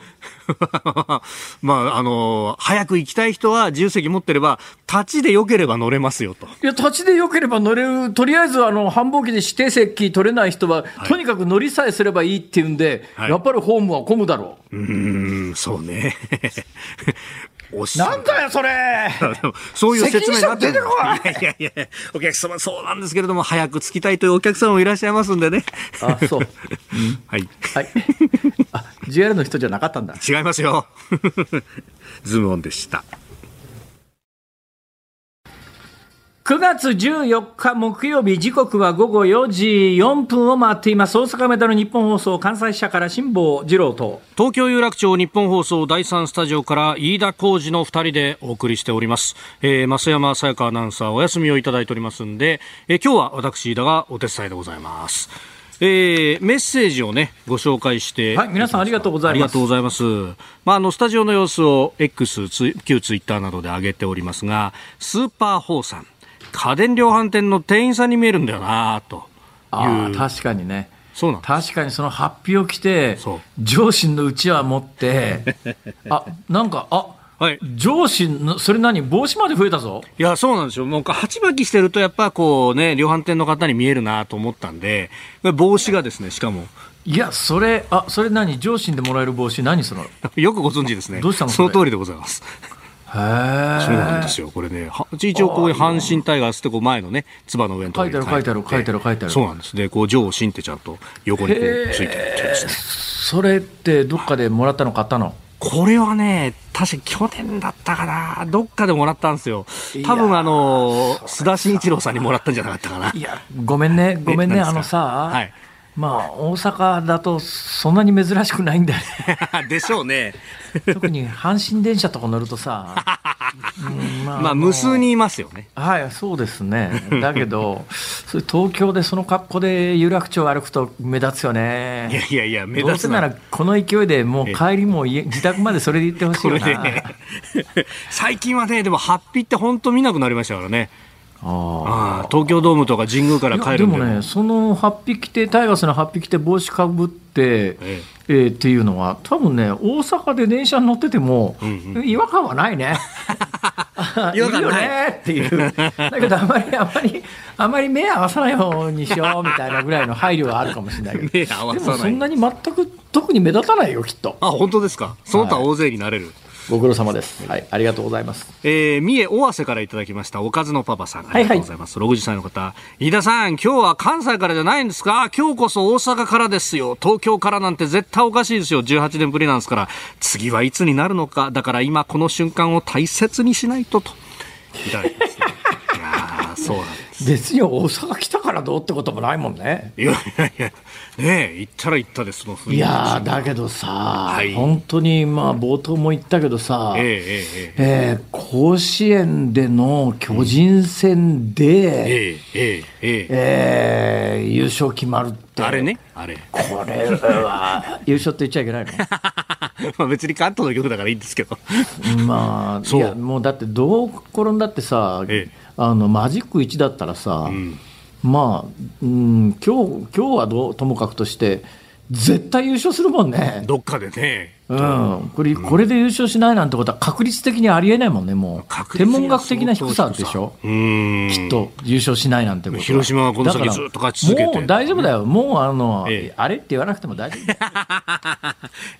Speaker 2: まあ、あの早く行きたい人は自由席持ってれば、立ちで良ければ乗れますよと。
Speaker 1: いや、立ちで良ければ乗れる、とりあえずあの、繁忙期で指定席取れない人は、
Speaker 2: い
Speaker 1: とにかく乗りさえすればいいっていうんで、
Speaker 2: はい
Speaker 1: やっぱりホームは混むだろう。
Speaker 2: うーん、そうね。 おっしゃ
Speaker 1: な
Speaker 2: る
Speaker 1: んだよ、 それ
Speaker 2: でもそういう説明になってる
Speaker 1: 責任者
Speaker 2: いやいやいや、お客様そうなんですけれども、早く着きたいというお客様もいらっしゃいますんでね。
Speaker 1: あ、そう。
Speaker 2: はい。
Speaker 1: はい。あ、JR の人じゃなかったんだ。
Speaker 2: 違いますよ。ズームオンでした。
Speaker 1: 9月14日木曜日時刻は午後4時4分を回っています大阪メダル日本放送関西支社から辛坊治郎と
Speaker 2: 東京有楽町日本放送第3スタジオから飯田浩二の2人でお送りしております、えー、増山さやかアナウンサーお休みをいただいておりますんで、えー今日は私飯田がお手伝いでございますえー、メッセージをねご紹介して
Speaker 1: はい皆さんありがとうございます
Speaker 2: ありがとうございますまああのスタジオの様子を X つ旧ツイッターなどで上げておりますがスーパーホーさん家電量販店の店員さんに見えるんだよなと
Speaker 1: あ
Speaker 2: い
Speaker 1: あ
Speaker 2: う
Speaker 1: 確かにね
Speaker 2: そうなんです
Speaker 1: 確かにその発表を着て
Speaker 2: そう
Speaker 1: 上司のうちわ持って あなんかあ
Speaker 2: はい
Speaker 1: 上司のそれ何帽子まで増えたぞ
Speaker 2: いや、そうなんですよ。もう、鉢巻きしてると、やっぱこうね、量販店の方に見えるなと思ったんで、帽子がですね、しかも、
Speaker 1: いやそれあそれ何上司でもらえる帽子何そのへ
Speaker 2: よくご存知ですね。
Speaker 1: どうしたの
Speaker 2: そ
Speaker 1: そ
Speaker 2: の
Speaker 1: れ
Speaker 2: 通りでございます。そうなん
Speaker 1: え
Speaker 2: ですよ。これね、は一応ここに阪神タイガースってこう前のね、つばの上のところに
Speaker 1: 書いてある書いてある書いてある書いてある
Speaker 2: そうなんです。で、こう、上心ってちゃんと横にこうついてるっていうですね。
Speaker 1: それってどっかでもらったの買ったの
Speaker 2: ここれはね、確か去年だったかな、どっかでもらったんですよ。多分あの、須田慎一郎さんにもらったんじゃなかったかな。
Speaker 1: いや、ごめんね、ごめんね、
Speaker 2: 何です
Speaker 1: あ
Speaker 2: か
Speaker 1: のさ、
Speaker 2: はい
Speaker 1: まあ、大阪だとそんなに珍しくないんだよ ね。
Speaker 2: でしょうね。
Speaker 1: 特に阪神電車とか乗るとさ、うんま
Speaker 2: まあ、無数にいますよね。
Speaker 1: はい、そうですね。だけど、 それ東京でその格好で有楽町を歩くと目立つよね。
Speaker 2: いやいやいや、目
Speaker 1: どう
Speaker 2: 立
Speaker 1: せ
Speaker 2: つ
Speaker 1: ならこの勢いでもう帰りも家自宅までそれで行ってほしい
Speaker 2: こ
Speaker 1: よ
Speaker 2: れ
Speaker 1: な、
Speaker 2: ね 最近はね、でも、ハッピーって本当見なくなりましたからね。
Speaker 1: あ
Speaker 2: ああ東京ドームとか神宮か
Speaker 1: あ
Speaker 2: ら
Speaker 1: いや
Speaker 2: 帰
Speaker 1: で
Speaker 2: るんだ
Speaker 1: も
Speaker 2: よ
Speaker 1: ねその8匹てタイガースの8匹て帽子かぶって、
Speaker 2: え
Speaker 1: えーっていうのは多分ね大阪で電車に乗ってても、違和感はない ねあいる
Speaker 2: 違和感
Speaker 1: よ
Speaker 2: ない
Speaker 1: ねっていうだけどあまりあまりあまり目合わさないようにしようみたいなぐらいの配慮はあるかもしれないけ
Speaker 2: 目合
Speaker 1: ど
Speaker 2: わ
Speaker 1: で
Speaker 2: さない
Speaker 1: もそんなに全く特に目立たないよきっと
Speaker 2: あ、本当ですか。その他大勢になれる。
Speaker 1: ご苦労様です、はい、ありがとうございます
Speaker 2: えー、三重尾鷲からいただきました、おかずのパパさん。あ
Speaker 1: いはい
Speaker 2: りがとうございます。60歳の方。飯田さん、今日は関西からじゃないんですか今日こそ大阪からですよ。東京からなんて絶対おかしいですよ。18年ぶりなんですから。次はいつになるのか。だから今この瞬間を大切にしないと、と。いただきますね。いやーそうなんです。
Speaker 1: 別に大阪来たからどうってこともないもんね。
Speaker 2: いやいやいや、ねえ、行ったら行ったです、その雰囲気。
Speaker 1: いやーだけどさ、
Speaker 2: はい
Speaker 1: 本当にまあ冒頭も言ったけどさ、
Speaker 2: え
Speaker 1: え
Speaker 2: えええ
Speaker 1: ー甲子園での巨人戦で、
Speaker 2: ええええええ
Speaker 1: えー優勝決まるって、
Speaker 2: あれね、あれ。
Speaker 1: これは優勝って言っちゃいけない
Speaker 2: まあ別に関東の曲だからいいんですけど。
Speaker 1: の、まあ、
Speaker 2: そ
Speaker 1: いうやもうだってどう転んだってさ、
Speaker 2: ええ
Speaker 1: あのマジック1だったらさ、まあ、うん、今日今日はどうともかくとして、絶対優勝するもんね。
Speaker 2: どっかでね。
Speaker 1: うん、これこれで優勝しないなんてことは確率的にありえないもんね、もう。
Speaker 2: 確率
Speaker 1: 天
Speaker 2: には
Speaker 1: 文学的な低さでしょ、
Speaker 2: うーん。
Speaker 1: きっと優勝しないなんてことは
Speaker 2: 広島はこの先
Speaker 1: だから
Speaker 2: ずっと勝ち続けて
Speaker 1: もう大丈夫だよ、もうあの、
Speaker 2: ええ
Speaker 1: あれって言わなくても大丈夫、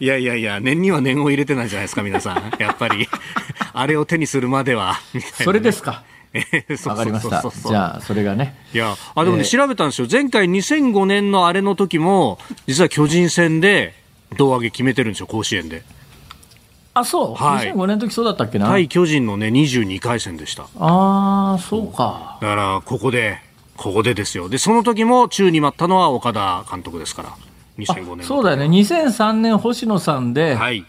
Speaker 2: いやいやいや、念には念を入れてないじゃないですか、皆さん。やっぱり。 あれを手にするまでは。みたいなね
Speaker 1: それです。か、
Speaker 2: ええ そう
Speaker 1: わかりました
Speaker 2: そうそう、そう
Speaker 1: じゃあ、それがね、
Speaker 2: いや、あ、でもね、調べたんですよ。前回2005年のあれの時も、実は巨人戦で、胴上げ決めてるんですよ、甲子園で。
Speaker 1: あそう、
Speaker 2: はい
Speaker 1: 2005年の時そうだったっけな、
Speaker 2: 対巨人のね、22回戦でした。
Speaker 1: ああ、そうか、
Speaker 2: だから、ここで、ここでですよ。で、その時も宙に舞ったのは岡田監督ですから。2005年。
Speaker 1: そうだよね、。2003年、星野さんで、
Speaker 2: はい。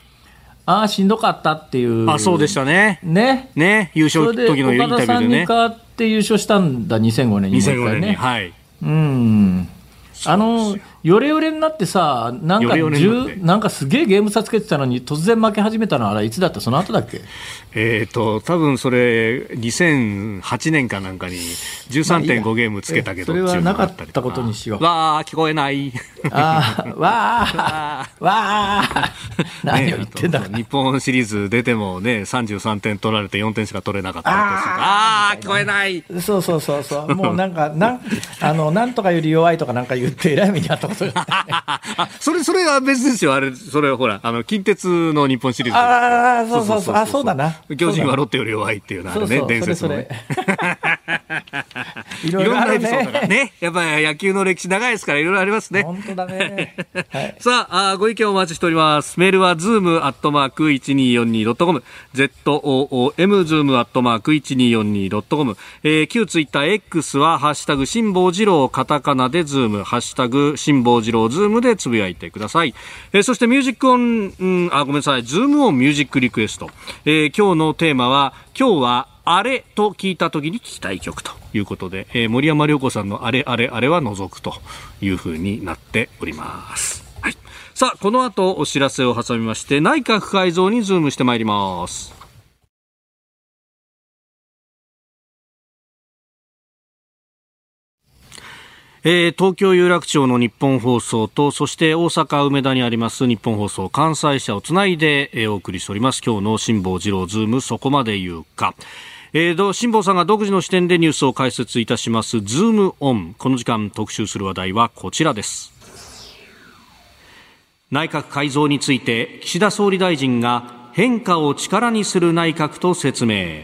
Speaker 1: ああ、しんどかったっていう、
Speaker 2: あ、そうでしたね。
Speaker 1: ね、
Speaker 2: ね、優
Speaker 1: そ
Speaker 2: 勝
Speaker 1: れで
Speaker 2: 時のイン
Speaker 1: 岡田
Speaker 2: タビュ
Speaker 1: さ
Speaker 2: ー
Speaker 1: ん
Speaker 2: で
Speaker 1: に
Speaker 2: ね。
Speaker 1: 代わって優勝したんだ、2005年にもう一
Speaker 2: 2005
Speaker 1: 回
Speaker 2: 年に、
Speaker 1: ね。
Speaker 2: はい。
Speaker 1: うんあ
Speaker 2: そう
Speaker 1: のヨレヨレになってさ、なんか
Speaker 2: ヨレヨレになって
Speaker 1: 10なんかすげえゲーム差つけてたのに、突然負け始めたのは、あれ、いつだった、その後だっけ、
Speaker 2: えっ、と、多分それ、2008年かなんかに
Speaker 1: まあいい
Speaker 2: 13.5
Speaker 1: や
Speaker 2: ゲームつけたけ
Speaker 1: ええ
Speaker 2: どていうのがあり
Speaker 1: それはなかったことにしよう
Speaker 2: わー、聞こえない。
Speaker 1: あ ーわあ、わあ、何を言ってんだ
Speaker 2: ね
Speaker 1: か
Speaker 2: あ、と日本シリーズ出てもね、33点取られて4点しか取れなかったりとかするあー、聞こえない。
Speaker 1: そうそうそうそう、 もうなんか、なんあのなんとかより弱いとかなんか言って、えらい目にあったことがあっ
Speaker 2: あ、それ、それは別ですよ。あれ、それはほら、あの、近鉄の日本シリーズ。
Speaker 1: たあー、そうそうそう、あそうだな、
Speaker 2: 巨人は
Speaker 1: ロ
Speaker 2: ロッテより弱いっていうの あ
Speaker 1: そ
Speaker 2: る
Speaker 1: うそう
Speaker 2: ね、伝説のね。
Speaker 1: い
Speaker 2: い
Speaker 1: ろい
Speaker 2: ろん
Speaker 1: ろあ
Speaker 2: なエ
Speaker 1: る
Speaker 2: ピソードが
Speaker 1: ね、
Speaker 2: ね。やっぱり野球の歴史長いですから、いろいろありますね。
Speaker 1: 本当だね。はい
Speaker 2: さああー、ご意見をお待ちしております。メールは、zoom.1242.com、zoom.1242.com zoom@1242.com、えー、旧ツイッター X は、ハッシュタグ、辛抱二郎、カタカナでズーム、ハッシュタグ、辛抱二郎、ズームでつぶやいてください。えーそして、ミュージックオン、うんあ、ごめんなさい、ズームオンミュージックリクエスト。えー今日のテーマは、今日は、あれと聞いた時に聞きたい曲ということで、えー森山良子さんのあれあれあれは除くというふうになっております。はい。さあ、この後お知らせを挟みまして、内閣改造にズームしてまいります。えー東京有楽町の日本放送と、そして大阪梅田にあります日本放送関西社をつないで、えーお送りしております。今日の辛坊治郎ズームそこまで言うか。えーど辛坊さんが独自の視点でニュースを解説いたします。ズームオン。この時間特集する話題はこちらです。内閣改造について岸田総理大臣が変化を力にする内閣と説明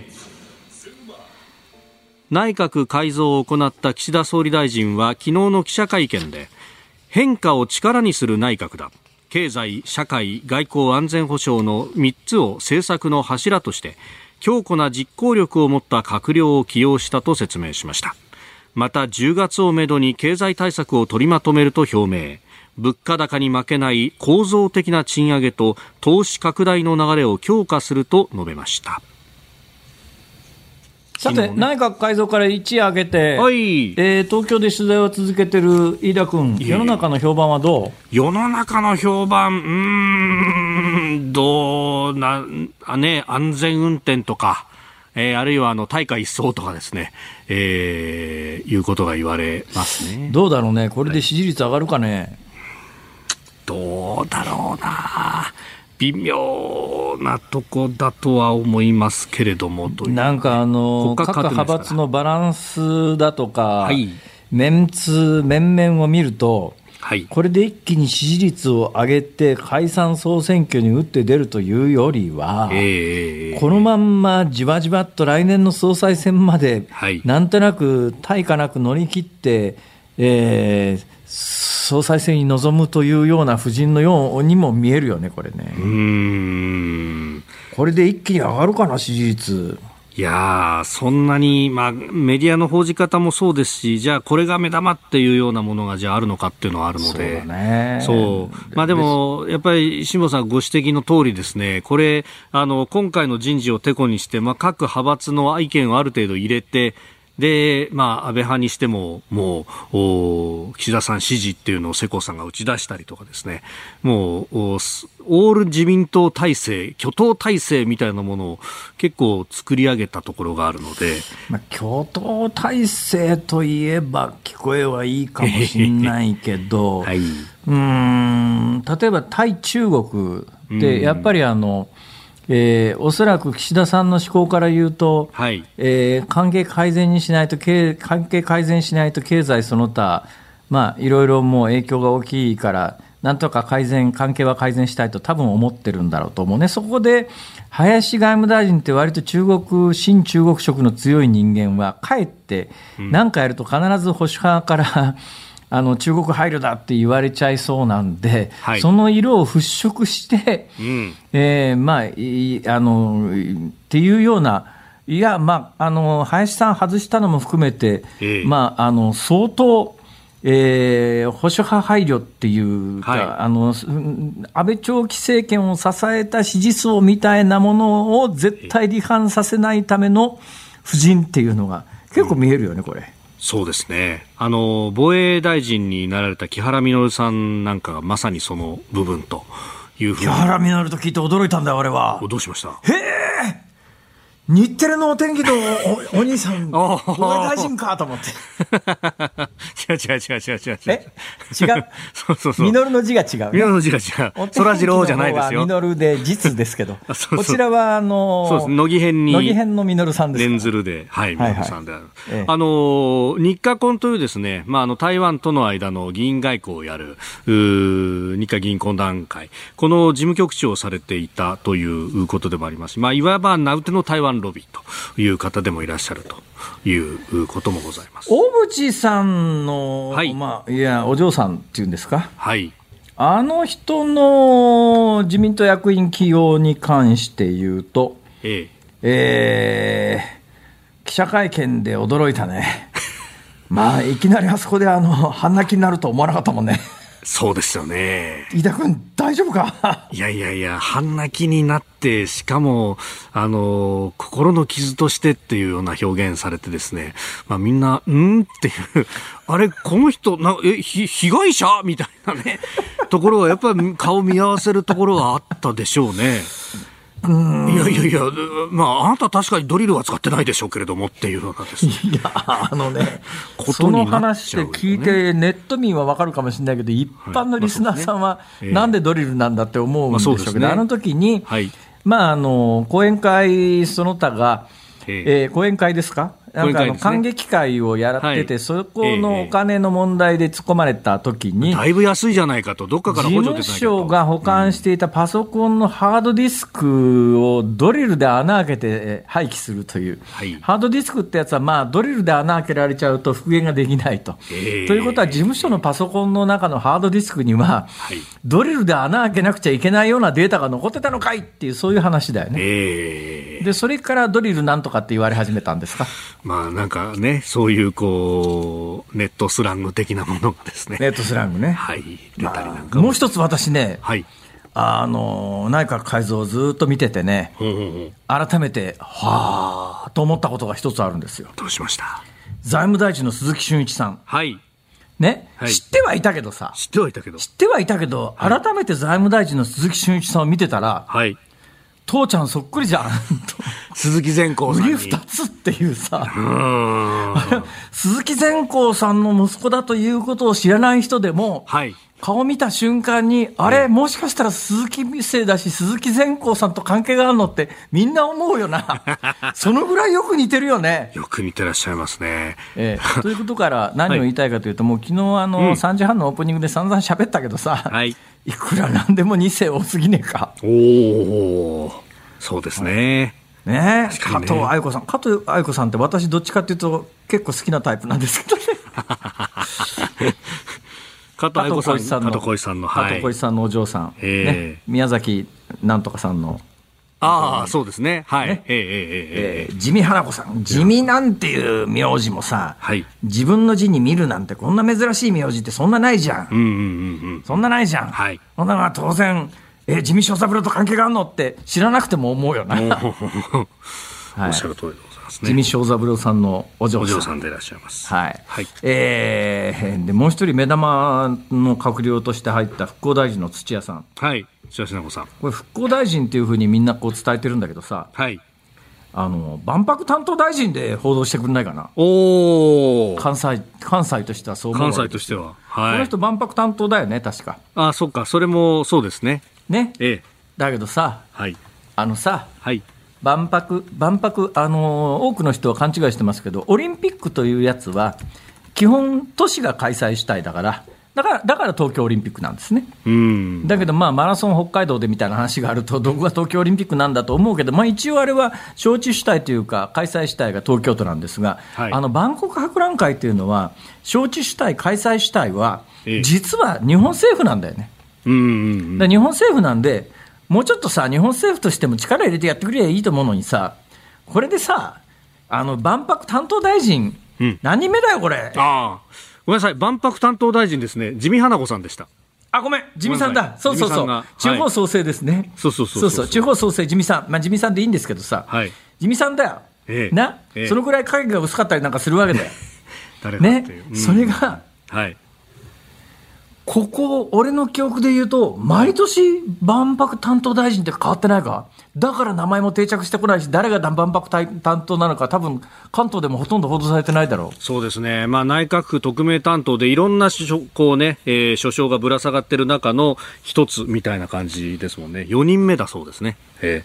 Speaker 2: 内閣改造を行った岸田総理大臣は昨日の記者会見で変化を力にする内閣だ経済、社会、外交、安全保障の3つを政策の柱として強固な実行力を持った閣僚を起用したと説明しましたまた10月をめどに経済対策を取りまとめると表明物価高に負けない構造的な賃上げと投資拡大の流れを強化すると述べました
Speaker 1: さて、内閣改造から一夜明けて、
Speaker 2: はい
Speaker 1: えー東京で取材を続けてる飯田君、
Speaker 2: えいえ
Speaker 1: 世の中の評判はど
Speaker 2: 世の中の評判うーんどうなあね安全運転とか、えーあるいはあの大会一掃とかですね、えーいうことが言われますね
Speaker 1: うどうだろうね、これで支持率上がるかね、
Speaker 2: どうだろうな微妙なとこだとは思いますけれどもという
Speaker 1: なんかあの
Speaker 2: 国家
Speaker 1: 各
Speaker 2: 格ですから
Speaker 1: 派閥のバランスだとか、
Speaker 2: はい
Speaker 1: メンツ、面々を見ると、
Speaker 2: はい
Speaker 1: これで一気に支持率を上げて、解散・総選挙に打って出るというよりは。
Speaker 2: えー
Speaker 1: このまんまじわじわっと来年の総裁選まで、
Speaker 2: はい
Speaker 1: なんとなく対価なく乗り切って、えー総裁選に臨むというような布陣のようにも見えるよね、これね。
Speaker 2: うーん
Speaker 1: これで一気に上がるかな、支持率。
Speaker 2: いやー、そんなに、まあ、メディアの報じ方もそうですし、じゃあ、これが目玉っていうようなものが、じゃあ、あるのかっていうのはあるので。
Speaker 1: そうだね
Speaker 2: そうまあでも、やっぱり、辛坊さんご指摘の通りですね、これ、あの、今回の人事をてこにして、まあ、各派閥の意見をある程度入れて、で、まあ、安倍派にしても、もう、お岸田さん支持っていうのを世耕さんが打ち出したりとかですね、もう、おすオール自民党体制、挙党体制みたいなものを結構作り上げたところがあるので、
Speaker 1: まあ、共闘体制といえば聞こえはいいかもしれないけど、
Speaker 2: はいう
Speaker 1: ーん例えば対中国ってやっぱりあの、えーおそらく岸田さんの思考から言うと、
Speaker 2: はい
Speaker 1: えー関係改善にしないと経関係改善しないと経済その他まあいろいろもう影響が大きいからなんとか改善関係は改善したいと多分思ってるんだろうと思うねそこで林外務大臣って割と中国新中国色の強い人間はかえって何かやると必ず保守派から あの中国配慮だって言われちゃいそうなんで、
Speaker 2: はい
Speaker 1: その色を払拭して、
Speaker 2: うん。
Speaker 1: えーまあいいあの、いっていうような、いや、まあ、あの林さん外したのも含めて、
Speaker 2: ええ
Speaker 1: まあ、あの相当、えー保守派配慮っていうか、
Speaker 2: はい
Speaker 1: あのうん安倍長期政権を支えた支持層みたいなものを絶対離反させないための布陣っていうのが、結構見えるよね、これ。
Speaker 2: そうですね。あの、防衛大臣になられた木原稔さんなんかがまさにその部分というふう
Speaker 1: 木
Speaker 2: に。
Speaker 1: 原稔と聞いて驚いたんだよ、俺は
Speaker 2: お。どうしました
Speaker 1: 日テレのお天気とおお兄さん、
Speaker 2: お
Speaker 1: 防
Speaker 2: ー
Speaker 1: 衛大臣かと思って。
Speaker 2: 違う違う違う違う違う違う。
Speaker 1: え違う
Speaker 2: そうそうそう。
Speaker 1: ミ
Speaker 2: み
Speaker 1: ノルの字が違うね。
Speaker 2: の字が違
Speaker 1: お天
Speaker 2: う。
Speaker 1: 気
Speaker 2: そらジローじゃないです
Speaker 1: の方は
Speaker 2: よ
Speaker 1: ミ。ノルで実ですけど
Speaker 2: あそうそう
Speaker 1: こちらはあのー
Speaker 2: そうです。乃木編に。
Speaker 1: 乃木編のミノルさんです
Speaker 2: 連
Speaker 1: か
Speaker 2: ずるで、はい、
Speaker 1: はいはい
Speaker 2: 皆さんである。
Speaker 1: ええ
Speaker 2: あのー、日華婚というですね、まあ、あの、台湾との間の議員外交をやる、うー日華議員懇談会、この事務局長をされていたということでもありますし、まあ、いわば名うての台湾ロビーという方でもいらっしゃるということもございます。
Speaker 1: 大渕さんの、
Speaker 2: はい
Speaker 1: まあ、いや、お嬢さんっていうんですか。
Speaker 2: はい。
Speaker 1: あの人の自民党役員起用に関して言うと、
Speaker 2: ええ。
Speaker 1: えー記者会見で驚いたね。まあ、いきなりあそこであの、半泣きになると思わなかったもんね。
Speaker 2: そうですよね。
Speaker 1: 飯田君、大丈夫か
Speaker 2: いやいやいや、半泣きになって、しかも、あの、心の傷としてっていうような表現されてですね、まあみんな、んっていう、あれ、この人、なえ、ひ、被害者みたいなね、ところは、やっぱり顔見合わせるところはあったでしょうね。いやいやいや、まあ、あなた確かにドリルは使ってないでしょうけれどもっていうようなですね。
Speaker 1: いや、あのね、
Speaker 2: こと
Speaker 1: そ
Speaker 2: に
Speaker 1: の
Speaker 2: なっち
Speaker 1: 話
Speaker 2: ゃう
Speaker 1: で
Speaker 2: よね
Speaker 1: 聞いて、ネット民は分かるかもしれないけど、一般のリスナーさんは、
Speaker 2: ええ
Speaker 1: なんでドリルなんだって思うんでしょうけ
Speaker 2: まあそう
Speaker 1: ど、
Speaker 2: ですね
Speaker 1: あの時に、
Speaker 2: はい
Speaker 1: まあ、あの講演会その他が、
Speaker 2: え
Speaker 1: えー講演会ですか、なんかあ
Speaker 2: ご理解
Speaker 1: の
Speaker 2: ですね
Speaker 1: 感激会をやってて、
Speaker 2: はい
Speaker 1: そこのお金の問題で突っ込まれた時に、
Speaker 2: だいぶ安いじゃないかと、どっかから
Speaker 1: 事
Speaker 2: 補助
Speaker 1: 務
Speaker 2: 出てないかと
Speaker 1: 所が保管していたパソコンのハードディスクをドリルで穴開けて廃棄するという、
Speaker 2: はい
Speaker 1: ハードディスクってやつは、まあ、ドリルで穴開けられちゃうと復元ができないと。
Speaker 2: ええ
Speaker 1: ということは、事務所のパソコンの中のハードディスクには、
Speaker 2: い
Speaker 1: ドリルで穴開けなくちゃいけないようなデータが残ってたのかいっていう、そういう話だよね。
Speaker 2: ええ
Speaker 1: で、それからドリルなんとかって言われ始めたん ですか。
Speaker 2: まあなんかね、そういうこう、ネットスラング的なものがですね、
Speaker 1: ネットスラングね。
Speaker 2: はい、出たりなんかも。
Speaker 1: もう一つ私ね、
Speaker 2: はい。
Speaker 1: あの、内閣改造をずっと見ててね、
Speaker 2: ほうほうほう
Speaker 1: 改めて、はあと思ったことが一つあるんですよ。
Speaker 2: どうしました
Speaker 1: 財務大臣の鈴木俊一さん。
Speaker 2: はい。
Speaker 1: ね、
Speaker 2: はい
Speaker 1: 知ってはいたけどさ。
Speaker 2: 知ってはいたけど。
Speaker 1: 知ってはいたけど、改めて財務大臣の鈴木俊一さんを見てたら、
Speaker 2: はい。
Speaker 1: 父ちゃんそっくりじゃん。
Speaker 2: 鈴木善
Speaker 1: と
Speaker 2: 光さんに。
Speaker 1: 腕二つっていうさ、
Speaker 2: う ーん。
Speaker 1: 鈴木善光さんの息子だということを知らない人でも、
Speaker 2: はい。
Speaker 1: 顔見た瞬間に、あれ、もしかしたら鈴木美生だし、鈴木善光さんと関係があるのって、みんな思うよ な。そのぐらいよく似てるよね。
Speaker 2: よく似てらっしゃいますね。
Speaker 1: ええ ということから、何を言いたいかというと、もう昨日あの、3時半のオープニングで散々喋ったけどさ、
Speaker 2: はい、
Speaker 1: くらなんでも2世多すぎねえか、
Speaker 2: おお。そうですね。
Speaker 1: ねえ
Speaker 2: か
Speaker 1: 加
Speaker 2: にね
Speaker 1: 藤愛子さん、加藤愛子さんって、私、どっちかというと、結構好きなタイプなんですけどね、
Speaker 2: 加藤愛子さん、加
Speaker 1: の
Speaker 2: 藤浩次さんの、は
Speaker 1: 加
Speaker 2: い
Speaker 1: 藤。浩次さんのお嬢さん、
Speaker 2: ええ
Speaker 1: ね、宮崎なんとかさんの、
Speaker 2: ああ、そうですね。はい。
Speaker 1: ね
Speaker 2: ええええええ
Speaker 1: えー地味花子さん、地味なんていう名字もさ、
Speaker 2: はい
Speaker 1: 自分の字に見るなんて、こんな珍しい名字って、そんなないじゃん。
Speaker 2: うんうんうんうん。
Speaker 1: そんなないじゃん。
Speaker 2: はい
Speaker 1: そんなのは当然、えー、地味小三郎と関係があるのって知らなくても思うよな。
Speaker 2: おっしゃる通りでございます
Speaker 1: 地
Speaker 2: ね。
Speaker 1: 味小三郎さんのお嬢
Speaker 2: お
Speaker 1: さん。
Speaker 2: 嬢さんでいらっしゃいます。
Speaker 1: はい。
Speaker 2: はい
Speaker 1: えーで、もう一人目玉の閣僚として入った復興大臣の土屋さん。
Speaker 2: はい。白石菜子さん。
Speaker 1: これ復興大臣っていうふうにみんなこう伝えてるんだけどさ、
Speaker 2: はい。
Speaker 1: あの、万博担当大臣で報道してくれないかな。
Speaker 2: おお。
Speaker 1: 関西、関西としてはそう思うわ
Speaker 2: 関
Speaker 1: け
Speaker 2: 西としては。
Speaker 1: こ
Speaker 2: は
Speaker 1: の
Speaker 2: い。
Speaker 1: 人万博担当だよね、確か。
Speaker 2: あ、そっか。それもそうですね。
Speaker 1: ね。
Speaker 2: ええ。
Speaker 1: だけどさ、
Speaker 2: はい。
Speaker 1: あのさ、
Speaker 2: はい。
Speaker 1: 万博、万博、あのー多くの人は勘違いしてますけど、オリンピックというやつは、基本、都市が開催主体だから、だから、だから東京オリンピックなんですね。
Speaker 2: うん。
Speaker 1: だけど、まあ、マラソン北海道でみたいな話があると、どこが東京オリンピックなんだと思うけど、まあ、一応あれは招致主体というか、開催主体が東京都なんですが、
Speaker 2: はい
Speaker 1: あの、万国博覧会というのは、招致主体、開催主体は
Speaker 2: ええ、
Speaker 1: 実は日本政府なんだよね。
Speaker 2: うんうんうん。
Speaker 1: で日本政府なんで、もうちょっとさ、日本政府としても力入れてやってくれりゃいいと思うのにさ、これでさ、あの万博担当大臣、
Speaker 2: うん
Speaker 1: 何人目だよ、これ。
Speaker 2: ああ。ごめんなさい。万博担当大臣ですね。地味花子さんでした。
Speaker 1: あ、ごめん、地味さん
Speaker 2: ごめん
Speaker 1: だ
Speaker 2: な。さい
Speaker 1: そうそう
Speaker 2: 地
Speaker 1: そ
Speaker 2: 味さん
Speaker 1: う、
Speaker 2: が
Speaker 1: 地
Speaker 2: は
Speaker 1: 方
Speaker 2: い
Speaker 1: 創生ですね。
Speaker 2: そうそうそうそう
Speaker 1: 地方創生、地味さん、まあ、地味さんでいいんですけどさ、
Speaker 2: はい
Speaker 1: 地味さんだよ。
Speaker 2: ええ
Speaker 1: な、
Speaker 2: ええ
Speaker 1: そのくらい影が薄かったりなんかするわ けだよ。
Speaker 2: 誰だってい
Speaker 1: ね
Speaker 2: う。う、ん
Speaker 1: それが、
Speaker 2: はい。
Speaker 1: ここ、俺の記憶で言うと、毎年万博担当大臣って変わってないかだから名前も定着してこないし、誰が万博担当なのか、多分関東でもほとんど報道されてないだろう。
Speaker 2: そうですね、まあ、内閣府特命担当でいろんな首相こう、ねえー首相がぶら下がってる中の一つみたいな感じですもんね、4人目だそうですね。え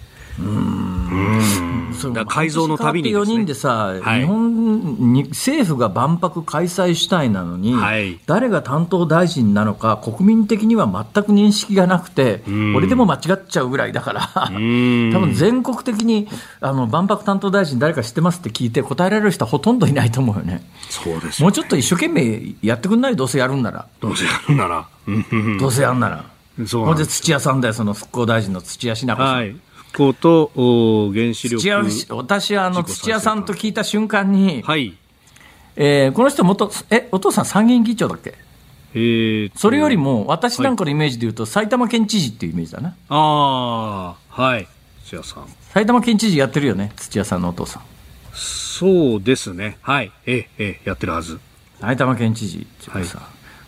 Speaker 1: そ
Speaker 2: だから改造の度にです
Speaker 1: 4
Speaker 2: ね
Speaker 1: 人でさ、
Speaker 2: はい
Speaker 1: 日本に政府が万博開催主体なのに、
Speaker 2: はい
Speaker 1: 誰が担当大臣なのか、国民的には全く認識がなくて、俺でも間違っちゃうぐらいだから、
Speaker 2: ーん
Speaker 1: 多分全国的にあの万博担当大臣、誰か知ってますって聞いて、答えられる人はほとんどいないと思うよね。
Speaker 2: そうです
Speaker 1: も
Speaker 2: よ
Speaker 1: うちょっと一生懸命やってくんないどうせやるんなら、
Speaker 2: どうせやるなら、うんうん
Speaker 1: どうせやんなら。
Speaker 2: うんそう
Speaker 1: ほ
Speaker 2: なんん
Speaker 1: で
Speaker 2: です
Speaker 1: 土屋さんだよ、その復興大臣の土屋品子さん。
Speaker 2: はい、復興とお原子
Speaker 1: 土屋
Speaker 2: 力、
Speaker 1: 私はあの
Speaker 2: 自己再生
Speaker 1: 土屋さんと聞いた瞬間に、
Speaker 2: はい
Speaker 1: えーこの人元、え、お父さん参議院議長だっけ
Speaker 2: えーと
Speaker 1: それよりも、私なんかのイメージで言うと、埼玉県知事っていうイメージだな。
Speaker 2: あー、はい、土屋さん、
Speaker 1: 埼玉県知事やってるよね、土屋さんのお父さん。
Speaker 2: そうですね、はい、ええええやってるはず、
Speaker 1: 埼玉県知事っていうかさ、
Speaker 2: はい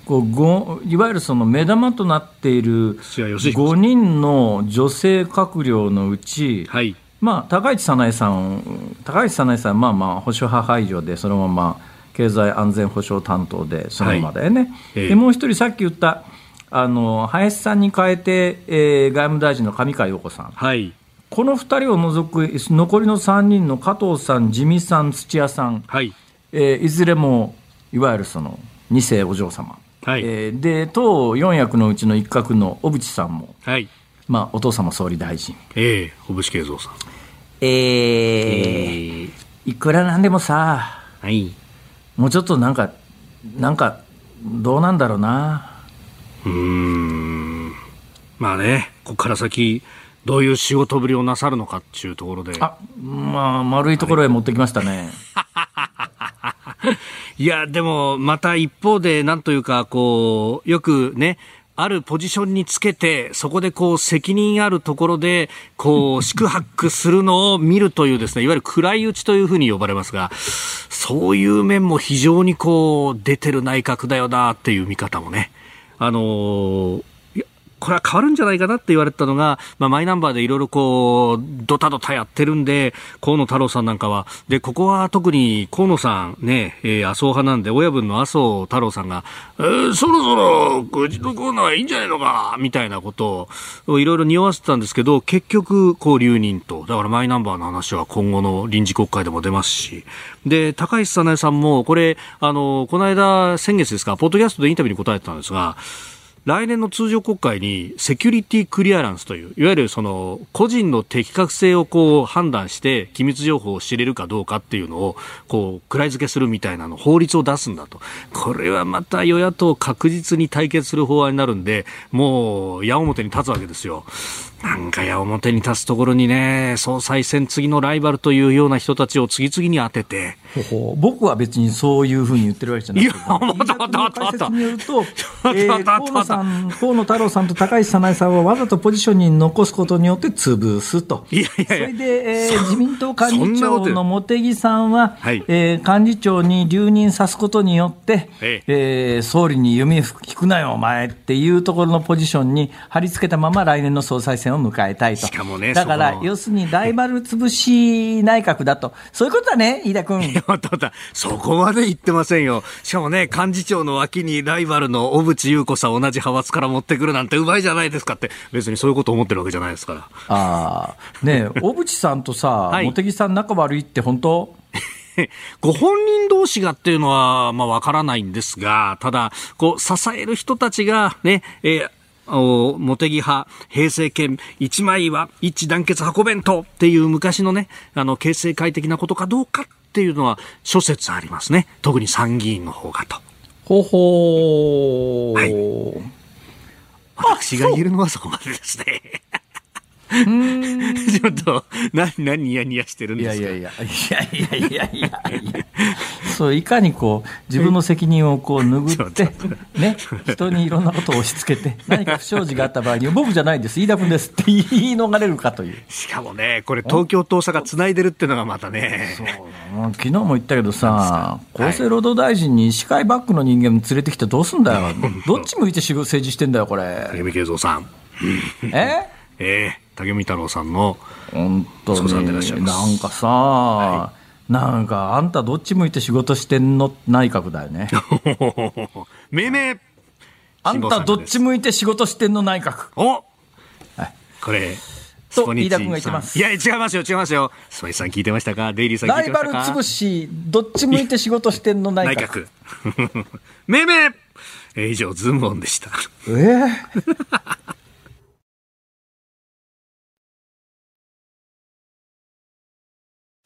Speaker 1: こうごいわゆるその目玉となっている
Speaker 2: 土屋義彦
Speaker 1: 5人の女性閣僚のうち、
Speaker 2: はい、
Speaker 1: まあ、高市早苗さん、高市早苗さん、まあまあ、保守派排除で、そのまま経済安全保障担当で、そのままだよね、
Speaker 2: ええ
Speaker 1: でもう一人、さっき言ったあの林さんに代えて、えー外務大臣の上川陽子さん、
Speaker 2: はい、
Speaker 1: この2人を除く残りの3人の加藤さん、地味さん、土屋さん、
Speaker 2: はい。
Speaker 1: えーいずれもいわゆるその2世お嬢様、
Speaker 2: はい
Speaker 1: えーで党4役のうちの一角の小渕さんも、
Speaker 2: はい。
Speaker 1: まあ、お父様総理大臣、
Speaker 2: ええ小渕恵三さん。
Speaker 1: えー
Speaker 2: え
Speaker 1: いくらなんでもさ
Speaker 2: はい。
Speaker 1: もうちょっとなんかなんかどうなんだろうな
Speaker 2: うーん。まあね、ここから先、どういう仕事ぶりをなさるのかっていうところで。
Speaker 1: あまあ丸いところへ持ってきましたね、
Speaker 2: いや、でも、また一方で、なんというか、こう、よくね、あるポジションにつけて、そこでこう、責任あるところで、こう、宿泊するのを見るというですね、いわゆる暗いうちというふうに呼ばれますが、そういう面も非常にこう、出てる内閣だよな、っていう見方もね、あのーいやこれは変わるんじゃないかなって言われたのが、まあ、マイナンバーでいろいろこう、ドタドタやってるんで、河野太郎さんなんかは、で、ここは特に河野さんね、えー麻生派なんで、親分の麻生太郎さんが、えーそろそろ、うちの河野はいいんじゃないのか、みたいなことを、いろいろ匂わせてたんですけど、結局、こう、留任と。だからマイナンバーの話は今後の臨時国会でも出ますし。で、高市早苗さんも、これ、あの、この間、先月ですか、ポッドキャストでインタビューに答えてたんですが、来年の通常国会にセキュリティクリアランスといういわゆるその個人の適格性をこう判断して機密情報を知れるかどうかっていうのをこう位付けするみたいなの法律を出すんだとこれはまた与野党確実に対決する法案になるんでもう矢面に立つわけですよなんか矢面に立つところにね総裁選次のライバルというような人たちを次々に当てて
Speaker 1: ほほ僕は別にそういうふうに言ってるわけじゃないい
Speaker 2: やまたまたまた
Speaker 1: 解
Speaker 2: また
Speaker 1: 説によると、
Speaker 2: また
Speaker 1: え
Speaker 2: ま
Speaker 1: ー、
Speaker 2: た
Speaker 1: 河野さん、河野太郎さんと高市早苗さんはわざとポジションに残すことによって潰すと。
Speaker 2: いやいやいや
Speaker 1: それで、えー自民党幹
Speaker 2: そん
Speaker 1: 事
Speaker 2: なこと
Speaker 1: 長
Speaker 2: 言う
Speaker 1: の茂木さんは、
Speaker 2: はい
Speaker 1: えー幹事長に留任さすことによって、
Speaker 2: え
Speaker 1: えー総理に弓吹くなよお前っていうところのポジションに貼り付けたまま来年の総裁選を迎えたいと。
Speaker 2: しかもね
Speaker 1: だか
Speaker 2: そ
Speaker 1: ら
Speaker 2: この
Speaker 1: 要するにライバル潰し内閣だと。そういうことだね、飯田 君。
Speaker 2: いや、またまた、そこまで言ってませんよ。しかもね、幹事長の脇にライバルの小渕優子さん同じ派閥から持ってくるなんてうまいじゃないですかって、別にそういうこと思ってるわけじゃないですから。
Speaker 1: ああ、ねえ、小渕さんとさ、
Speaker 2: い
Speaker 1: 茂木さん仲悪いって本当
Speaker 2: ご本人同士がっていうのは、まあ、わからないんですが、ただ、こう、支える人たちが、ね、えーお茂木派、平成権、一枚は一致団結箱弁当っていう昔のね、あの、形成会的なことかどうかっていうのは諸説ありますね。特に参議院の方がと。
Speaker 1: ほほ
Speaker 2: は
Speaker 1: ー。
Speaker 2: 私が言えるのはそこまでですね。ちょっと、な、何ニヤニヤしてるん
Speaker 1: い
Speaker 2: で
Speaker 1: や
Speaker 2: す
Speaker 1: い
Speaker 2: か
Speaker 1: やいや、いやいやいやいやいや、そう、いかにこう、自分の責任をこう、拭って、ね、人にいろんなことを押し付 けて、何か不祥事があった場合に、僕じゃないです、飯田君ですって言い逃れるかという。
Speaker 2: しかもね、これ東京と大阪繋いでるっていうのがまたね。
Speaker 1: もう昨日も言ったけどさ、
Speaker 2: はい
Speaker 1: 厚生労働大臣に医師会バックの人間連れてきてどうすんだよ。どっち向いて仕事政治してんだよ、これ。
Speaker 2: 竹見慶三さん、
Speaker 1: え
Speaker 2: ええ竹見太郎さんの、
Speaker 1: 本当
Speaker 2: 息子さん
Speaker 1: に
Speaker 2: でいらっしゃいます
Speaker 1: なんかさ、なんかあんたどっち向いて仕事してんの内閣だよね
Speaker 2: 命名
Speaker 1: あんたどっち向いて仕事してんの内閣
Speaker 2: おこれ、スポニチ
Speaker 1: 飯田君が言ってます
Speaker 2: いや、違いますよ、違いますよ。スポニチさん聞いてましたかデイリーさん聞い
Speaker 1: ラ
Speaker 2: て
Speaker 1: イ
Speaker 2: まし
Speaker 1: バ
Speaker 2: た
Speaker 1: ル
Speaker 2: か
Speaker 1: 潰しどっち向いて仕事してんの内
Speaker 2: 内
Speaker 1: 閣
Speaker 2: 閣。 命名えー以上、ズームオンでした。
Speaker 1: えー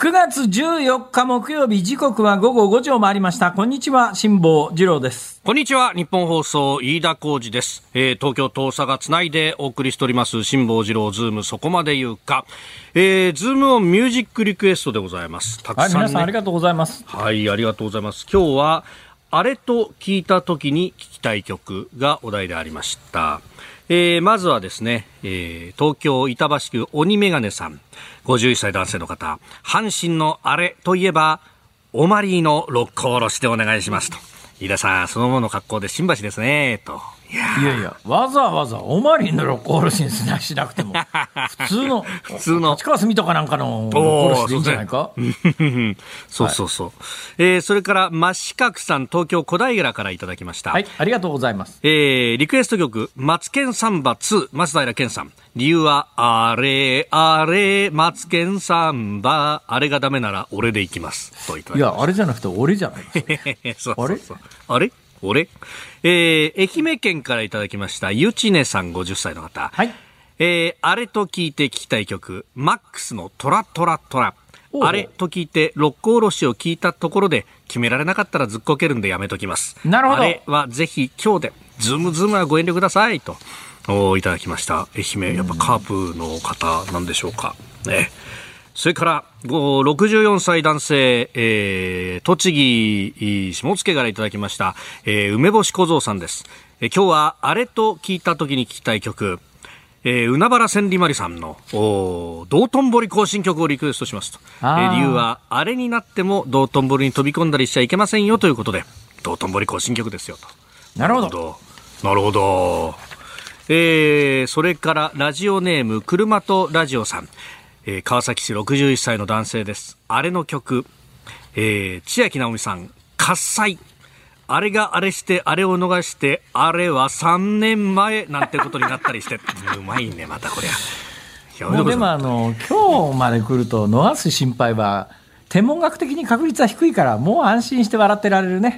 Speaker 1: 9月14日木曜日時刻は午後5時を回りましたこんにちは辛坊治郎です
Speaker 2: こんにちは、日本放送、飯田浩二です。えー東京と大阪つないでお送りしております、辛坊治郎ズーム、そこまで言うか。えー、ズームオンミュージックリクエストでございます。たく
Speaker 1: はい
Speaker 2: さん、ね。
Speaker 1: 皆さんありがとうございます
Speaker 2: はい、ありがとうございます。今日は、あれと聞いた時に聞きたい曲がお題でありました。えーまずはですね、えー東京板橋区鬼メガネさん、51歳男性の方、阪神のあれといえば、オマリーの六甲おろしでお願いしますと。飯田さん、そのものの格好で新橋ですね、と。いや
Speaker 1: いやいやわざわざオマリンの六甲おろしにしなしなくて も普通の普
Speaker 2: 通の
Speaker 1: 立川住とかなんかの六甲おろしでいいんじゃないか
Speaker 2: ーそうそうそう。えーそれから、真四角さん、東京小平からいただきました。
Speaker 1: はいありがとうございます
Speaker 2: えーリクエスト曲、マツケンサンバ2、松平健さん。理由は、あれ、あれ、マツケンサンバ、あれがダメなら俺で行きます。といただ
Speaker 1: い
Speaker 2: きま
Speaker 1: やあれじゃなくて俺じゃないですか
Speaker 2: す そうそうそうあれ俺えー愛媛県からいただきました、ゆちねさん50歳の方。
Speaker 1: はい
Speaker 2: えーあれと聞いて聞きたい曲、マックスのトラトラトラ。
Speaker 1: おう
Speaker 2: あれと聞いて、六甲おろしを聞いたところで、決められなかったらずっこけるんでやめときます。
Speaker 1: なるほど
Speaker 2: あれはぜひ今日で、ズームズームはご遠慮くださいと、おいただきました。愛媛、やっぱカープの方なんでしょうか。ね。それから、ご64歳男性、えー、栃木、下野からいただきました、えー梅干し小僧さんです。えー今日は、あれと聞いた時に聞きたい曲、えー、海原千里マリさんの、おー道頓堀行進曲をリクエストしますと。え
Speaker 1: あー
Speaker 2: ー理由は、あれになっても道頓堀に飛び込んだりしちゃいけませんよということで、道頓堀行進曲ですよと。
Speaker 1: なるほど
Speaker 2: ど。なるほど。えー、それからラジオネーム、車とラジオさん。えー、川崎市61歳の男性です。あれの曲、えー、千秋直美さん、喝采。あれがあれして、あれを逃して、あれは3年前なんてことになったりして。 うまいね、またこりゃ。いや
Speaker 1: もうでもあの今日まで来ると逃す心配は天文学的に確率は低いからもう安心して笑ってられる ね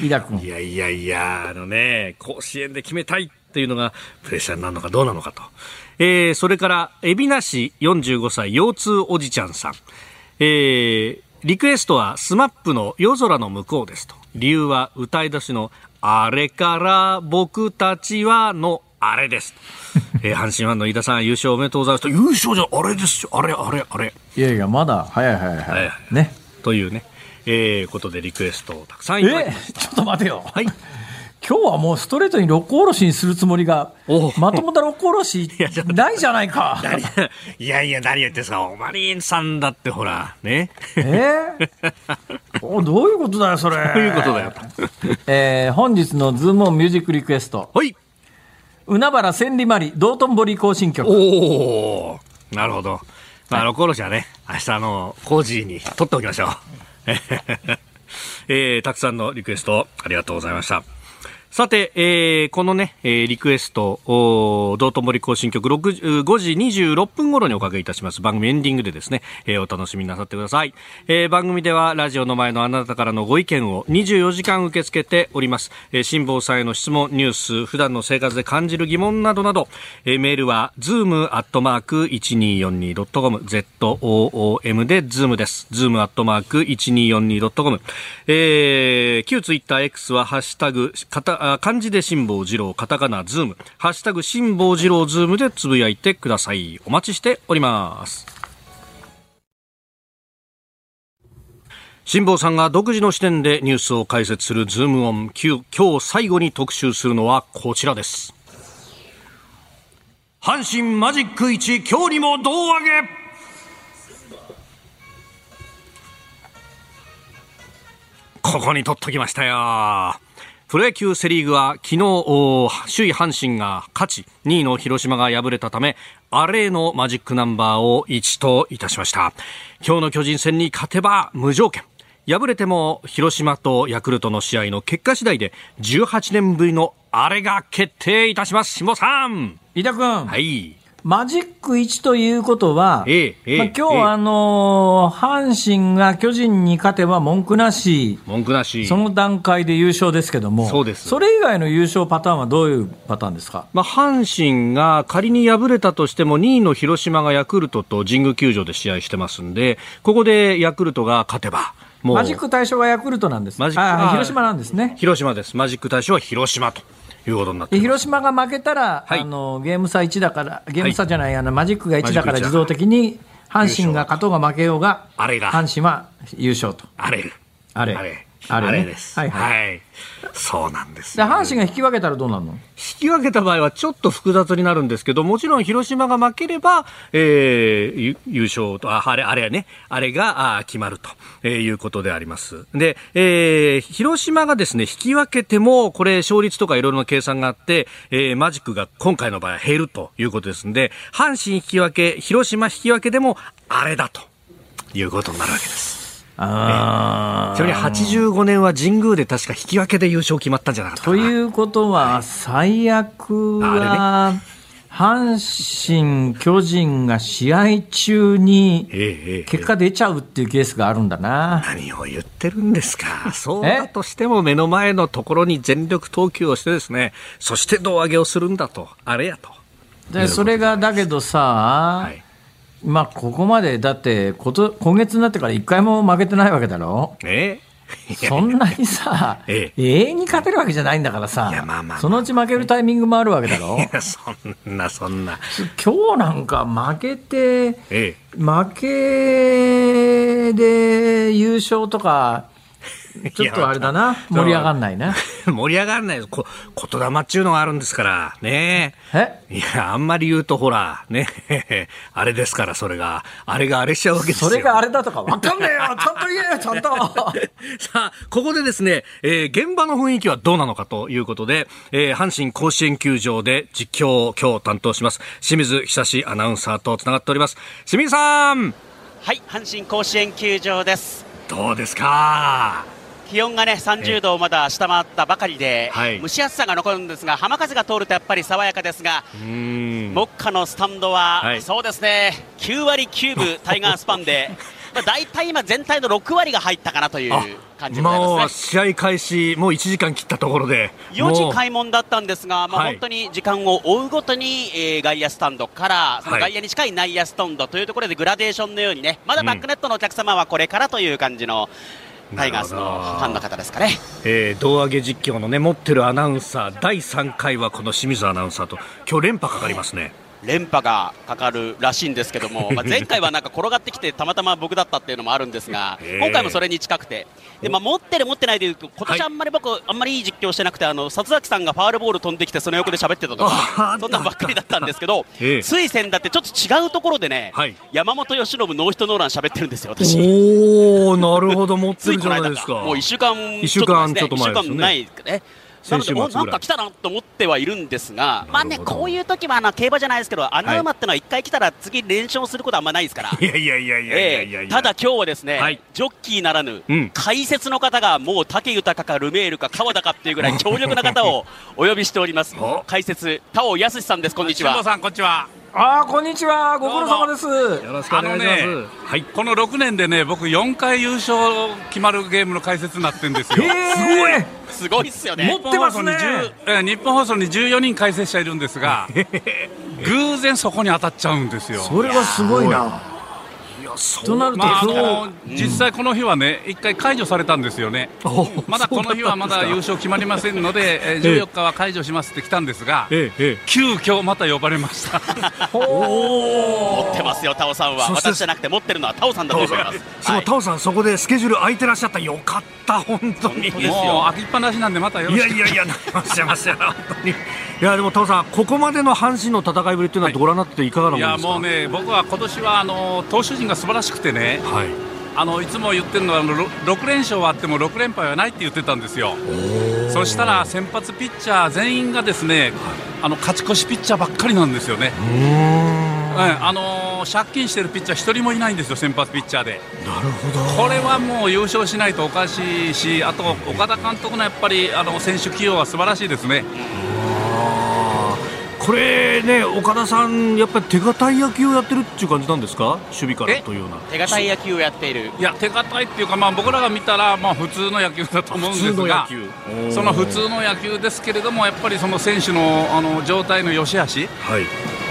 Speaker 1: 飯田君
Speaker 2: いやいやいや、あのね、甲子園で決めたいっていうのがプレッシャーになるのかどうなのかと。えー、それから、海老名市45歳、腰痛おじちゃんさん。えー、リクエストはスマップの夜空の向こうですと。理由は歌い出しのあれから僕たちはのあれです。えー、阪神ファンの飯田さん優勝おめでとうございますと。優勝じゃあれですよ。あれあれあれ。
Speaker 1: いやいやまだ早い早い
Speaker 2: 早
Speaker 1: 早
Speaker 2: い
Speaker 1: い
Speaker 2: 早
Speaker 1: ね
Speaker 2: というね、えー、ことでリクエストをたくさんいただきま
Speaker 1: え
Speaker 2: した。
Speaker 1: ちょっと待てよ
Speaker 2: はい。
Speaker 1: 今日はもうストレートに六甲おろしにするつもりが
Speaker 2: お
Speaker 1: まともな六甲おろし
Speaker 2: やちょっと
Speaker 1: ないじゃないか
Speaker 2: 何いやいや、何言ってんすか、オマリンさんだって、ほら、 ね。
Speaker 1: えーおどういうことだよそれ
Speaker 2: ということだよ。
Speaker 1: えー本日のズームオンミュージックリクエスト
Speaker 2: はい。
Speaker 1: 海原千里マリ道頓堀行進曲
Speaker 2: おー、なるほど。まあ、ロコロシはね、明日の工事に取っておきましょう。 えー、たくさんのリクエスト、ありがとうございました。さて、えーこのね、えーリクエスト、おー道頓堀行進曲6 5時26分頃におかけいたします。番組エンディングでですね、えーお楽しみなさってください。えー番組では、ラジオの前のあなたからのご意見を24時間受け付けております。えー辛坊さんへの質問、ニュース、普段の生活で感じる疑問などなど、えーメールは、zoom.1242.com、zoom で zoom です。zoom.1242.com、えー、旧ツイッター X は、ハッシュタグ、かたあ漢字で辛坊二郎、カタカナズーム、ハッシュタグ辛坊二郎ズームでつぶやいてください。お待ちしております。辛坊さんが独自の視点でニュースを解説するズームオン、きゅ今日最後に特集するのはこちらです。阪神マジック1、今日にも胴上げここに取っときましたよ。プロ野球セリーグは昨日、おー首位阪神が勝ち、2位の広島が敗れたため、アレーのマジックナンバーを1といたしました。今日の巨人戦に勝てば無条件。敗れても広島とヤクルトの試合の結果次第で18年ぶりのアレが決定いたします。辛坊さん
Speaker 1: 飯田君、
Speaker 2: はい。
Speaker 1: マジック1ということは、
Speaker 2: ええええ
Speaker 1: まあ、今日、
Speaker 2: ええ
Speaker 1: あのー阪神が巨人に勝てば文句なし、
Speaker 2: 文句なし。
Speaker 1: その段階で優勝ですけども、
Speaker 2: そうです
Speaker 1: れ以外の優勝パターンはどういうパターンですか
Speaker 2: まあ、阪神が仮に敗れたとしても2位の広島がヤクルトと神宮球場で試合してますんでここでヤクルトが勝てばもう
Speaker 1: マジック対象がヤクルトなんです。
Speaker 2: マジック
Speaker 1: あ
Speaker 2: あ
Speaker 1: ー
Speaker 2: ー
Speaker 1: 広島なんですね。
Speaker 2: 広島ですマジック大賞は広島ということになって
Speaker 1: で
Speaker 2: ます
Speaker 1: 広島が負けたら、
Speaker 2: はい
Speaker 1: あのゲーム差1だから、ゲーム差じゃない、あのマジックが1だから
Speaker 2: マジック一だ
Speaker 1: 自動的に阪神が勝とうが負けようが、
Speaker 2: あれが
Speaker 1: 阪神は優勝と。
Speaker 2: あれ
Speaker 1: あれ
Speaker 2: あれ
Speaker 1: あれね
Speaker 2: です
Speaker 1: は
Speaker 2: はいい、
Speaker 1: は
Speaker 2: そうなんです
Speaker 1: で、
Speaker 2: よ
Speaker 1: 阪神が引き分けたらどうなるの
Speaker 2: 引き分けた場合はちょっと複雑になるんですけどもちろん広島が負ければ、えーゆ優勝とああれあれやねあれがあー決まると、えーいうことでありますで、えー広島がですね引き分けてもこれ勝率とかいろいろな計算があって、えーマジックが今回の場合は減るということですんで阪神引き分け広島引き分けでもあれだということになるわけです
Speaker 1: あ
Speaker 2: ちなみに85年は神宮で確か引き分けで優勝決まったんじゃなかったか
Speaker 1: と
Speaker 2: な
Speaker 1: いうことは、最悪は、阪神、巨人が試合中
Speaker 2: え
Speaker 1: に
Speaker 2: えええええ
Speaker 1: 結果出ちゃうっていうケースがあるんだな。
Speaker 2: 何を言ってるんです か。そうだとしても目の前のところに全力投球をしてですね、そして胴上げをするんだと、あれやと。
Speaker 1: でそれがだけどさ、
Speaker 2: はい。
Speaker 1: まあここまでだってこと今月になってから一回も負けてないわけだろ
Speaker 2: ねえ。
Speaker 1: そんなにさ、
Speaker 2: え
Speaker 1: 永遠に勝てるわけじゃないんだからさ
Speaker 2: いやまあまあまあ
Speaker 1: そのうち負けるタイミングもあるわけだろ
Speaker 2: いやそんな、そんな。
Speaker 1: 今日なんか負けて
Speaker 2: ええ。
Speaker 1: 負けで優勝と かちょっとあれだない
Speaker 2: や
Speaker 1: 盛り上がんないね
Speaker 2: 盛り上がらないです。こ、言霊っちゅうのがあるんですから、ねえ。
Speaker 1: え
Speaker 2: いや、あんまり言うとほら、ね え、あれですから、それが。あれがあれしちゃうわけですよ。
Speaker 1: それがあれだとかわかん ねえよちゃんと言えよちゃんと
Speaker 2: さあ、ここでですね、えー現場の雰囲気はどうなのかということで、えー阪神甲子園球場で実況を今日担当します、清水久志アナウンサーとつながっております。清水さん
Speaker 3: はい、阪神甲子園球場です。
Speaker 2: どうですか
Speaker 3: 気温がね、30度をまだ下回ったばかりで、
Speaker 2: はい
Speaker 3: 蒸し暑さが残るんですが、浜風が通るとやっぱり爽やかですが、
Speaker 2: うーん。
Speaker 3: 目下のスタンドは、
Speaker 2: はい
Speaker 3: そうですね、9割9分タイガースパン で、まあ、大体今全体の6割が入ったかなという感じでござい
Speaker 2: も
Speaker 3: ま
Speaker 2: う
Speaker 3: すね。
Speaker 2: 試合開始、もう1時間切ったところで。
Speaker 3: 4
Speaker 2: も
Speaker 3: 時
Speaker 2: う
Speaker 3: 開門だったんですが、まあ、
Speaker 2: はい
Speaker 3: 本当に時間を追うごとに、えー外野スタンドから、その
Speaker 2: はい
Speaker 3: 外野に近い内野スタンドというところでグラデーションのようにね、まだバックネットのお客様はこれからという感じのタイガースのファンの方ですかね。
Speaker 2: えー、胴上げ実況のね、持ってるアナウンサー、第3回はこの清水アナウンサーと、今日連覇かかりますね。
Speaker 3: 連覇がかかるらしいんですけ ども、まあ、前回はなんか転がってきてたまたま僕だったっていうのもあるんですが、
Speaker 2: ええ
Speaker 3: 今回もそれに近くてで、まあ、持ってる持ってないでいうと今
Speaker 2: はい
Speaker 3: 年あんまり僕、あんまりいい実況してなくてあの里崎さんがファールボール飛んできてその横で喋ってたと
Speaker 2: あ
Speaker 3: か
Speaker 2: ー
Speaker 3: そんなんばっかりだったんですけど、
Speaker 2: ええ
Speaker 3: つい先だってちょっと違うところでね、
Speaker 2: はい
Speaker 3: 山本由伸ノーヒットノーラン喋ってるんですよ、私。
Speaker 2: おおなるほど、持って
Speaker 3: つ
Speaker 2: る
Speaker 3: い
Speaker 2: じ
Speaker 3: こ
Speaker 2: ゃ
Speaker 3: の
Speaker 2: ない
Speaker 3: 間
Speaker 2: です
Speaker 3: か、
Speaker 2: か。
Speaker 3: もう1週間ちょっと前
Speaker 2: 一週間ちょ
Speaker 3: ですね、
Speaker 2: っと前ですよね
Speaker 3: 一週間ないね。な
Speaker 2: 先
Speaker 3: の
Speaker 2: 週末
Speaker 3: で
Speaker 2: ぐら
Speaker 3: お
Speaker 2: い
Speaker 3: なんか来たなと思ってはいるんですが、まあ
Speaker 2: な
Speaker 3: ね、
Speaker 2: るほど
Speaker 3: こういう時はあの競馬じゃないですけど、穴馬ってのは1回来たら次、連勝することはあんまないですから、
Speaker 2: いやいやいやいやいやいや
Speaker 3: ええただ今日はですね、
Speaker 2: はい
Speaker 3: ジョッキーならぬ、
Speaker 2: うん
Speaker 3: 解説の方がもう武豊かルメールか川田かっていうぐらい強力な方 をお呼びしております
Speaker 2: お、
Speaker 3: 解説、田尾康さんです、こんにち
Speaker 4: 辛坊
Speaker 3: は。
Speaker 4: さんこんにちは
Speaker 1: ああこんにちはご苦労様です
Speaker 2: よろしくお願いします。
Speaker 4: あのね
Speaker 2: はい。
Speaker 4: この6年でね僕4回優勝決まるゲームの解説になってるんですよ
Speaker 1: へえ
Speaker 3: すごいっすよ
Speaker 1: も
Speaker 3: ね
Speaker 1: っ。てますね
Speaker 4: 日本放送に10え日本放送に14人解説者いるんですが偶然そこに当たっちゃうんですよ
Speaker 1: それはすごいなとなると
Speaker 4: まあ、あ
Speaker 1: 今日
Speaker 4: の実際この日はね、一回解除されたんですよね、まだこの日はまだ優勝決まりませんので、えー14日は解除しますって来たんですが、
Speaker 2: ええ、え
Speaker 4: 急遽また呼ばれました。
Speaker 3: 持ってますよ、田尾さんは。
Speaker 2: そして
Speaker 3: 私じゃなくて持ってるのは田尾さんだと思います。
Speaker 2: え。そう、
Speaker 3: はい
Speaker 2: タオさん、そこでスケジュール空いてらっしゃった。よかった、本当に。
Speaker 3: 本当ですよ
Speaker 2: も
Speaker 4: もう開きっぱなしなんで、またよ
Speaker 2: うい
Speaker 4: ろ
Speaker 2: や
Speaker 4: しく
Speaker 2: いやいや、なりました、ました、本当に。いや、でも、タオさん、ここまでの阪神の戦いぶりというのは、ご覧になってていかがないもの
Speaker 4: や
Speaker 2: ですか。
Speaker 4: もうね、僕は今年はあの投手陣が素晴らしくてね、
Speaker 2: はい。
Speaker 4: あのいつも言ってるのはあのろ6連勝はあっても6連敗はないって言ってたんですよ、そしたら先発ピッチャー全員がですね、あの勝ち越しピッチャーばっかりなんですよね、うんあのー借金してるピッチャー1人もいないんですよ、先発ピッチャーで。
Speaker 2: なるほど。
Speaker 4: これはもう優勝しないとおかしいし、あと岡田監督のやっぱりあの選手起用は素晴らしいですね。
Speaker 2: これね、岡田さん、やっぱり手堅い野球をやってるっていう感じなんですか、守備から
Speaker 4: え
Speaker 2: というような。
Speaker 3: 手堅い野球をやっている
Speaker 4: いや手堅いっていうか、まあ、僕らが見たら、まあ、普通の野球だと思うんですが
Speaker 2: おー
Speaker 4: その普通の野球ですけれどもやっぱりその選手のあの状態の良し悪し
Speaker 2: はい、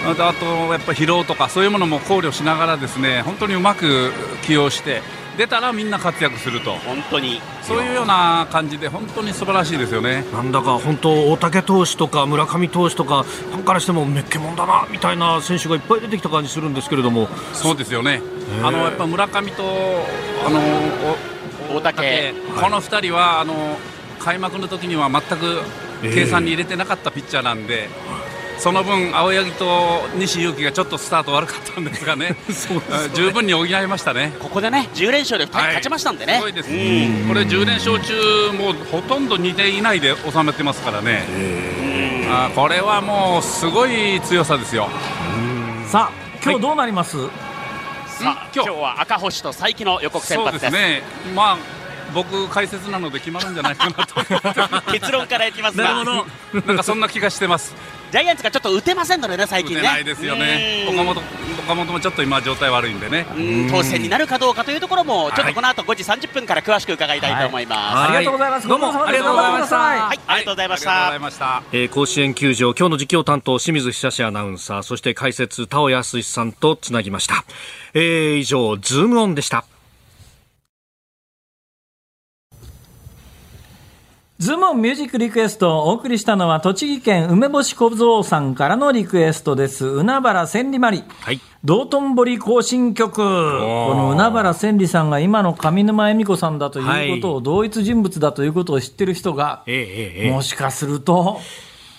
Speaker 4: あとあとやっぱ疲労とかそういうものも考慮しながらですね本当にうまく起用して出たらみんな活躍すると
Speaker 3: 本当に
Speaker 4: そういうような感じで本当に素晴らしいですよね。
Speaker 2: なんだか本当、大竹投手とか村上投手とか、ファンからしてもめっけもんだなみたいな選手がいっぱい出てきた感じするんですけれども、
Speaker 4: そうですよね。あのやっぱ村上とあのお
Speaker 3: 大竹
Speaker 4: この二人はあの開幕の時には全く計算に入れてなかったピッチャーなんで。その分、青柳と西勇輝がちょっとスタート悪かったんです がね、十分に補いましたね。
Speaker 3: ここでね10連勝で2人勝ちましたんでね、
Speaker 4: はいすごいですね、これ10連勝中もうほとんど2点以内で収めてますからね、あーこれはもうすごい強さですよ
Speaker 1: さあ今日どうなります、
Speaker 3: さあ
Speaker 4: 今
Speaker 3: 今
Speaker 4: 日
Speaker 3: 日は赤星と才木の予告先
Speaker 4: そう
Speaker 3: 発
Speaker 4: で
Speaker 3: です
Speaker 4: すねまあ僕解説なので決まるんじゃないかなと
Speaker 3: 結論からいきますが
Speaker 4: なんかそんな気がしてます
Speaker 3: ジャイアンツがちょっと打てませんのでね最
Speaker 4: 打
Speaker 3: 近
Speaker 4: て
Speaker 3: ね
Speaker 4: ないですよね
Speaker 3: うん
Speaker 4: 岡本岡本もちょっと今状態悪いんでね
Speaker 3: うん当選になるかどうかというところもちょっ
Speaker 4: は
Speaker 3: と
Speaker 4: い
Speaker 3: この後5時30分から詳しく伺いたいと思います、
Speaker 2: はい
Speaker 1: ありがとうございます
Speaker 2: どうも
Speaker 1: ご
Speaker 2: あ
Speaker 1: 苦
Speaker 2: り
Speaker 1: 労様です頑張ってくだ
Speaker 2: がとうございました
Speaker 1: さ
Speaker 3: はい、ありがとうございました。
Speaker 4: ありがとうございました
Speaker 2: えー甲子園球場、今日の実況担当、清水久志アナウンサー、そして解説、田尾康一さんとつなぎました。えー以上、ズームオンでした。
Speaker 1: ズームオンミュージックリクエストをお送りしたのは栃木県梅干し小僧さんからのリクエストです。海原千里マリ。
Speaker 2: はい。
Speaker 1: 道頓堀行進曲。この海原千里さんが今の上沼恵美子さんだということを、同一人物だということを知ってる人が、
Speaker 2: えええええ
Speaker 1: もしかすると、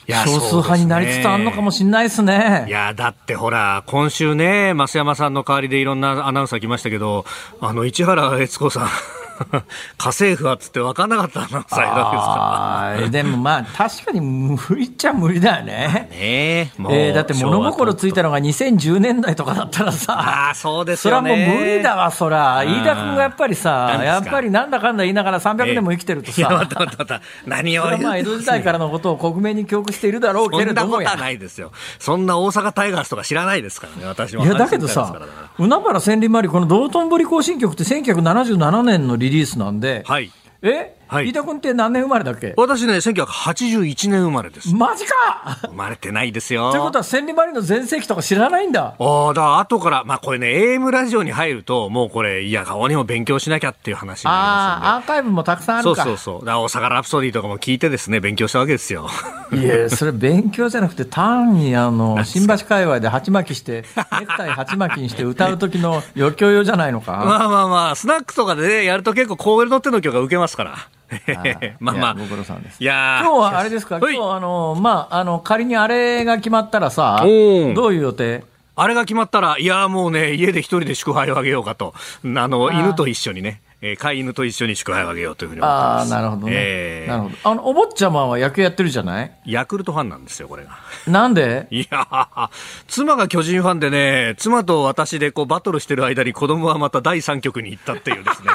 Speaker 2: いや
Speaker 1: 少数派になりつつあるのかもしれないです
Speaker 2: え。い
Speaker 1: ね。
Speaker 2: や、だってほら、今週ね、増山さんの代わりでいろんなアナウンサー来ましたけど、あの、市原悦子さん、 家政婦はっつって分かんなかったアナウンサーいるわけ
Speaker 1: は
Speaker 2: ですか
Speaker 1: いでもまあ、確かに無理っちゃ無理だよね。
Speaker 2: ら。ね え、も
Speaker 1: えーだって物心ついた
Speaker 2: ら。
Speaker 1: のが2010年代とかだったらさ、
Speaker 2: ああ、そうです
Speaker 1: それは
Speaker 2: よ
Speaker 1: もう
Speaker 2: ね。
Speaker 1: 無理だわ、そら。
Speaker 2: ん
Speaker 1: 飯田君がやっぱりさ
Speaker 2: 何、です
Speaker 1: や
Speaker 2: か
Speaker 1: っぱりなんだかんだ言いながら300年も生きてると
Speaker 2: いや、ま
Speaker 1: さ、
Speaker 2: たまたまた、 何を
Speaker 1: それ
Speaker 2: 言
Speaker 1: はま
Speaker 2: う
Speaker 1: あ江戸時代からのことを克明に記憶しているだろう
Speaker 2: そ
Speaker 1: けれ
Speaker 2: んな
Speaker 1: ど
Speaker 2: こ
Speaker 1: も
Speaker 2: とは
Speaker 1: や。
Speaker 2: ないですよ。そんな大阪タイガースとか知らないですからね、私も。
Speaker 1: いやだけどさ
Speaker 2: 阪神タイガースからだか、
Speaker 1: 海原千里マリ、この道頓堀行進曲って1977年のリリースなんで、
Speaker 2: らはい。
Speaker 1: え、
Speaker 2: はい
Speaker 1: 飯田君って何年生まれだっけ
Speaker 2: 私ね、1981年生まれです。
Speaker 1: マジか
Speaker 2: 生まれてないですよ。
Speaker 1: ということは千里マリの全盛期とか知らないんだ。
Speaker 2: ああ、だから後から、まあこれね、AM ラジオに入ると、もうこれ、いや、顔にも勉強しなきゃっていう話になり
Speaker 1: あ
Speaker 2: ます
Speaker 1: あ、アーカイブもたくさんあ
Speaker 2: よ
Speaker 1: る
Speaker 2: ね。
Speaker 1: か。
Speaker 2: そうそうそう。だから大阪ラプソディとかも聞いてですね、勉強したわけですよ。
Speaker 1: いや、それ勉強じゃなくて、単にあ の、新橋界隈で鉢巻き して、ネクタイ鉢巻きにして歌う時の余興用じゃないのか。
Speaker 2: まあまあまあ、スナックとかでね、やると結構コールの手の許が受けますから。 まあまあ。
Speaker 1: いやご苦労さんです
Speaker 2: いやー
Speaker 1: 今日はあれですか、今
Speaker 2: はい
Speaker 1: 日あの、まあ、あの、仮にあれが決まったらさ、
Speaker 2: おー
Speaker 1: どういう予定
Speaker 2: あれが決まったら、いやーもうね、家で一人で祝杯をあげようかと。んあの、
Speaker 1: ー
Speaker 2: 犬と一緒にね、えー飼い犬と一緒に祝杯をあげようというふうに思って
Speaker 1: あ
Speaker 2: ま
Speaker 1: あ、
Speaker 2: す。
Speaker 1: なるほどね。
Speaker 2: えー
Speaker 1: なるほど。あの、お坊ちゃまは野球やってるじゃない
Speaker 2: ヤクルトファンなんですよ、これが。
Speaker 1: なんで
Speaker 2: いやー妻が巨人ファンでね、妻と私でこうバトルしてる間に子供はまた第三局に行ったっていうで すね。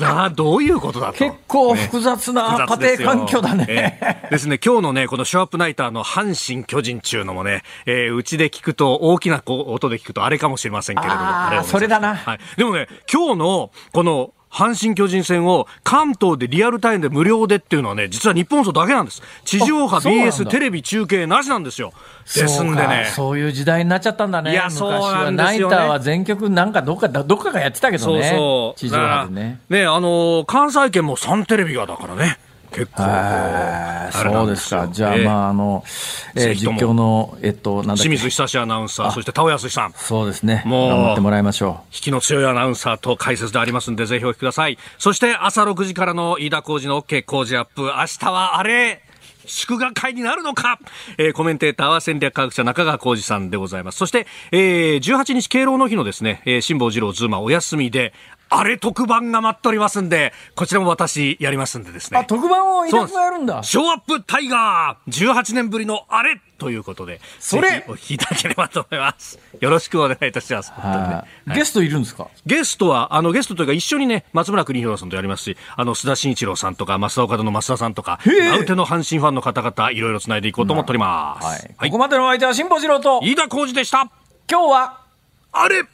Speaker 2: なあ、どういうことだと。
Speaker 1: 結構複雑な
Speaker 2: 複雑
Speaker 1: 家
Speaker 2: ですよ
Speaker 1: 庭環境だね。
Speaker 2: ええですね、今日のね、このショーアップナイターの阪神巨人中のもね、えーうちで聞くと、大きなこう音で聞くとあれかもしれませんけれども。
Speaker 1: あー
Speaker 2: れを思い出しま
Speaker 1: それだな
Speaker 2: はい。でもね、今日の、この、阪神巨人戦を関東でリアルタイムで無料でっていうのはね、実は日本放送だけなんです。地上波
Speaker 1: あそうなんだ
Speaker 2: BS テレビ中継なしなんですよ。ですんでね
Speaker 1: そうか。そういう時代になっちゃったんだね。
Speaker 2: いや
Speaker 1: 昔
Speaker 2: そうな
Speaker 1: は
Speaker 2: んですよ
Speaker 1: ナ
Speaker 2: ね
Speaker 1: イターは全曲なんかどっか、どっかがやってたけど
Speaker 2: そう
Speaker 1: ね。
Speaker 2: そう。
Speaker 1: 地上波でね。
Speaker 2: だから。ね、あのー関西圏も3テレビがだからね。結構こ
Speaker 1: あ
Speaker 2: う。
Speaker 1: ー
Speaker 2: あれな
Speaker 1: そ
Speaker 2: ん
Speaker 1: う
Speaker 2: で
Speaker 1: ですす
Speaker 2: よ
Speaker 1: か。じゃあ、
Speaker 2: ええ
Speaker 1: まあ、あの、えー
Speaker 2: ぜひと
Speaker 1: 実況
Speaker 2: も
Speaker 1: の、えっと、なんだっ
Speaker 2: 清
Speaker 1: け。
Speaker 2: 水久志アナウンサー、そして田尾康さん。
Speaker 1: そうですね。
Speaker 2: もう
Speaker 1: 頑張ってもらいましょ
Speaker 2: 引きの強いアナウンサーと解説でありますんで、ぜひお聞きください。そして朝6時からの飯田浩二の OK 工事アップ。明日はあれ祝賀会になるのか、えーコメンテーターは戦略科学者中川浩二さんでございます。そして、えー18日敬老の日のですね、えー辛坊二郎ズーマお休みで、あれ特番が待っておりますんで、こちらも私やりますんでですね。
Speaker 1: あ、特番を伊田君がやるんだ。
Speaker 2: ショーアップタイガー !18 年ぶりのあれということで、
Speaker 1: それ
Speaker 2: ぜひお聞きいただければと思います。よろしくお願いいたします。本当にね
Speaker 1: はいゲストいるんですか
Speaker 2: ゲストは、あの、ゲストというか一緒にね、松村邦弘さんとやりますし、あの、須田慎一郎さんとか、増田岡田の増田さんとか、
Speaker 1: へえ
Speaker 2: アウテの阪神ファンの方々、いろいろ繋いでいこうと思っております。
Speaker 1: はい。こ
Speaker 2: はい
Speaker 1: こ。までのお相手は辛坊治郎と、
Speaker 2: 飯田浩二でした
Speaker 1: 今日は、
Speaker 2: あれ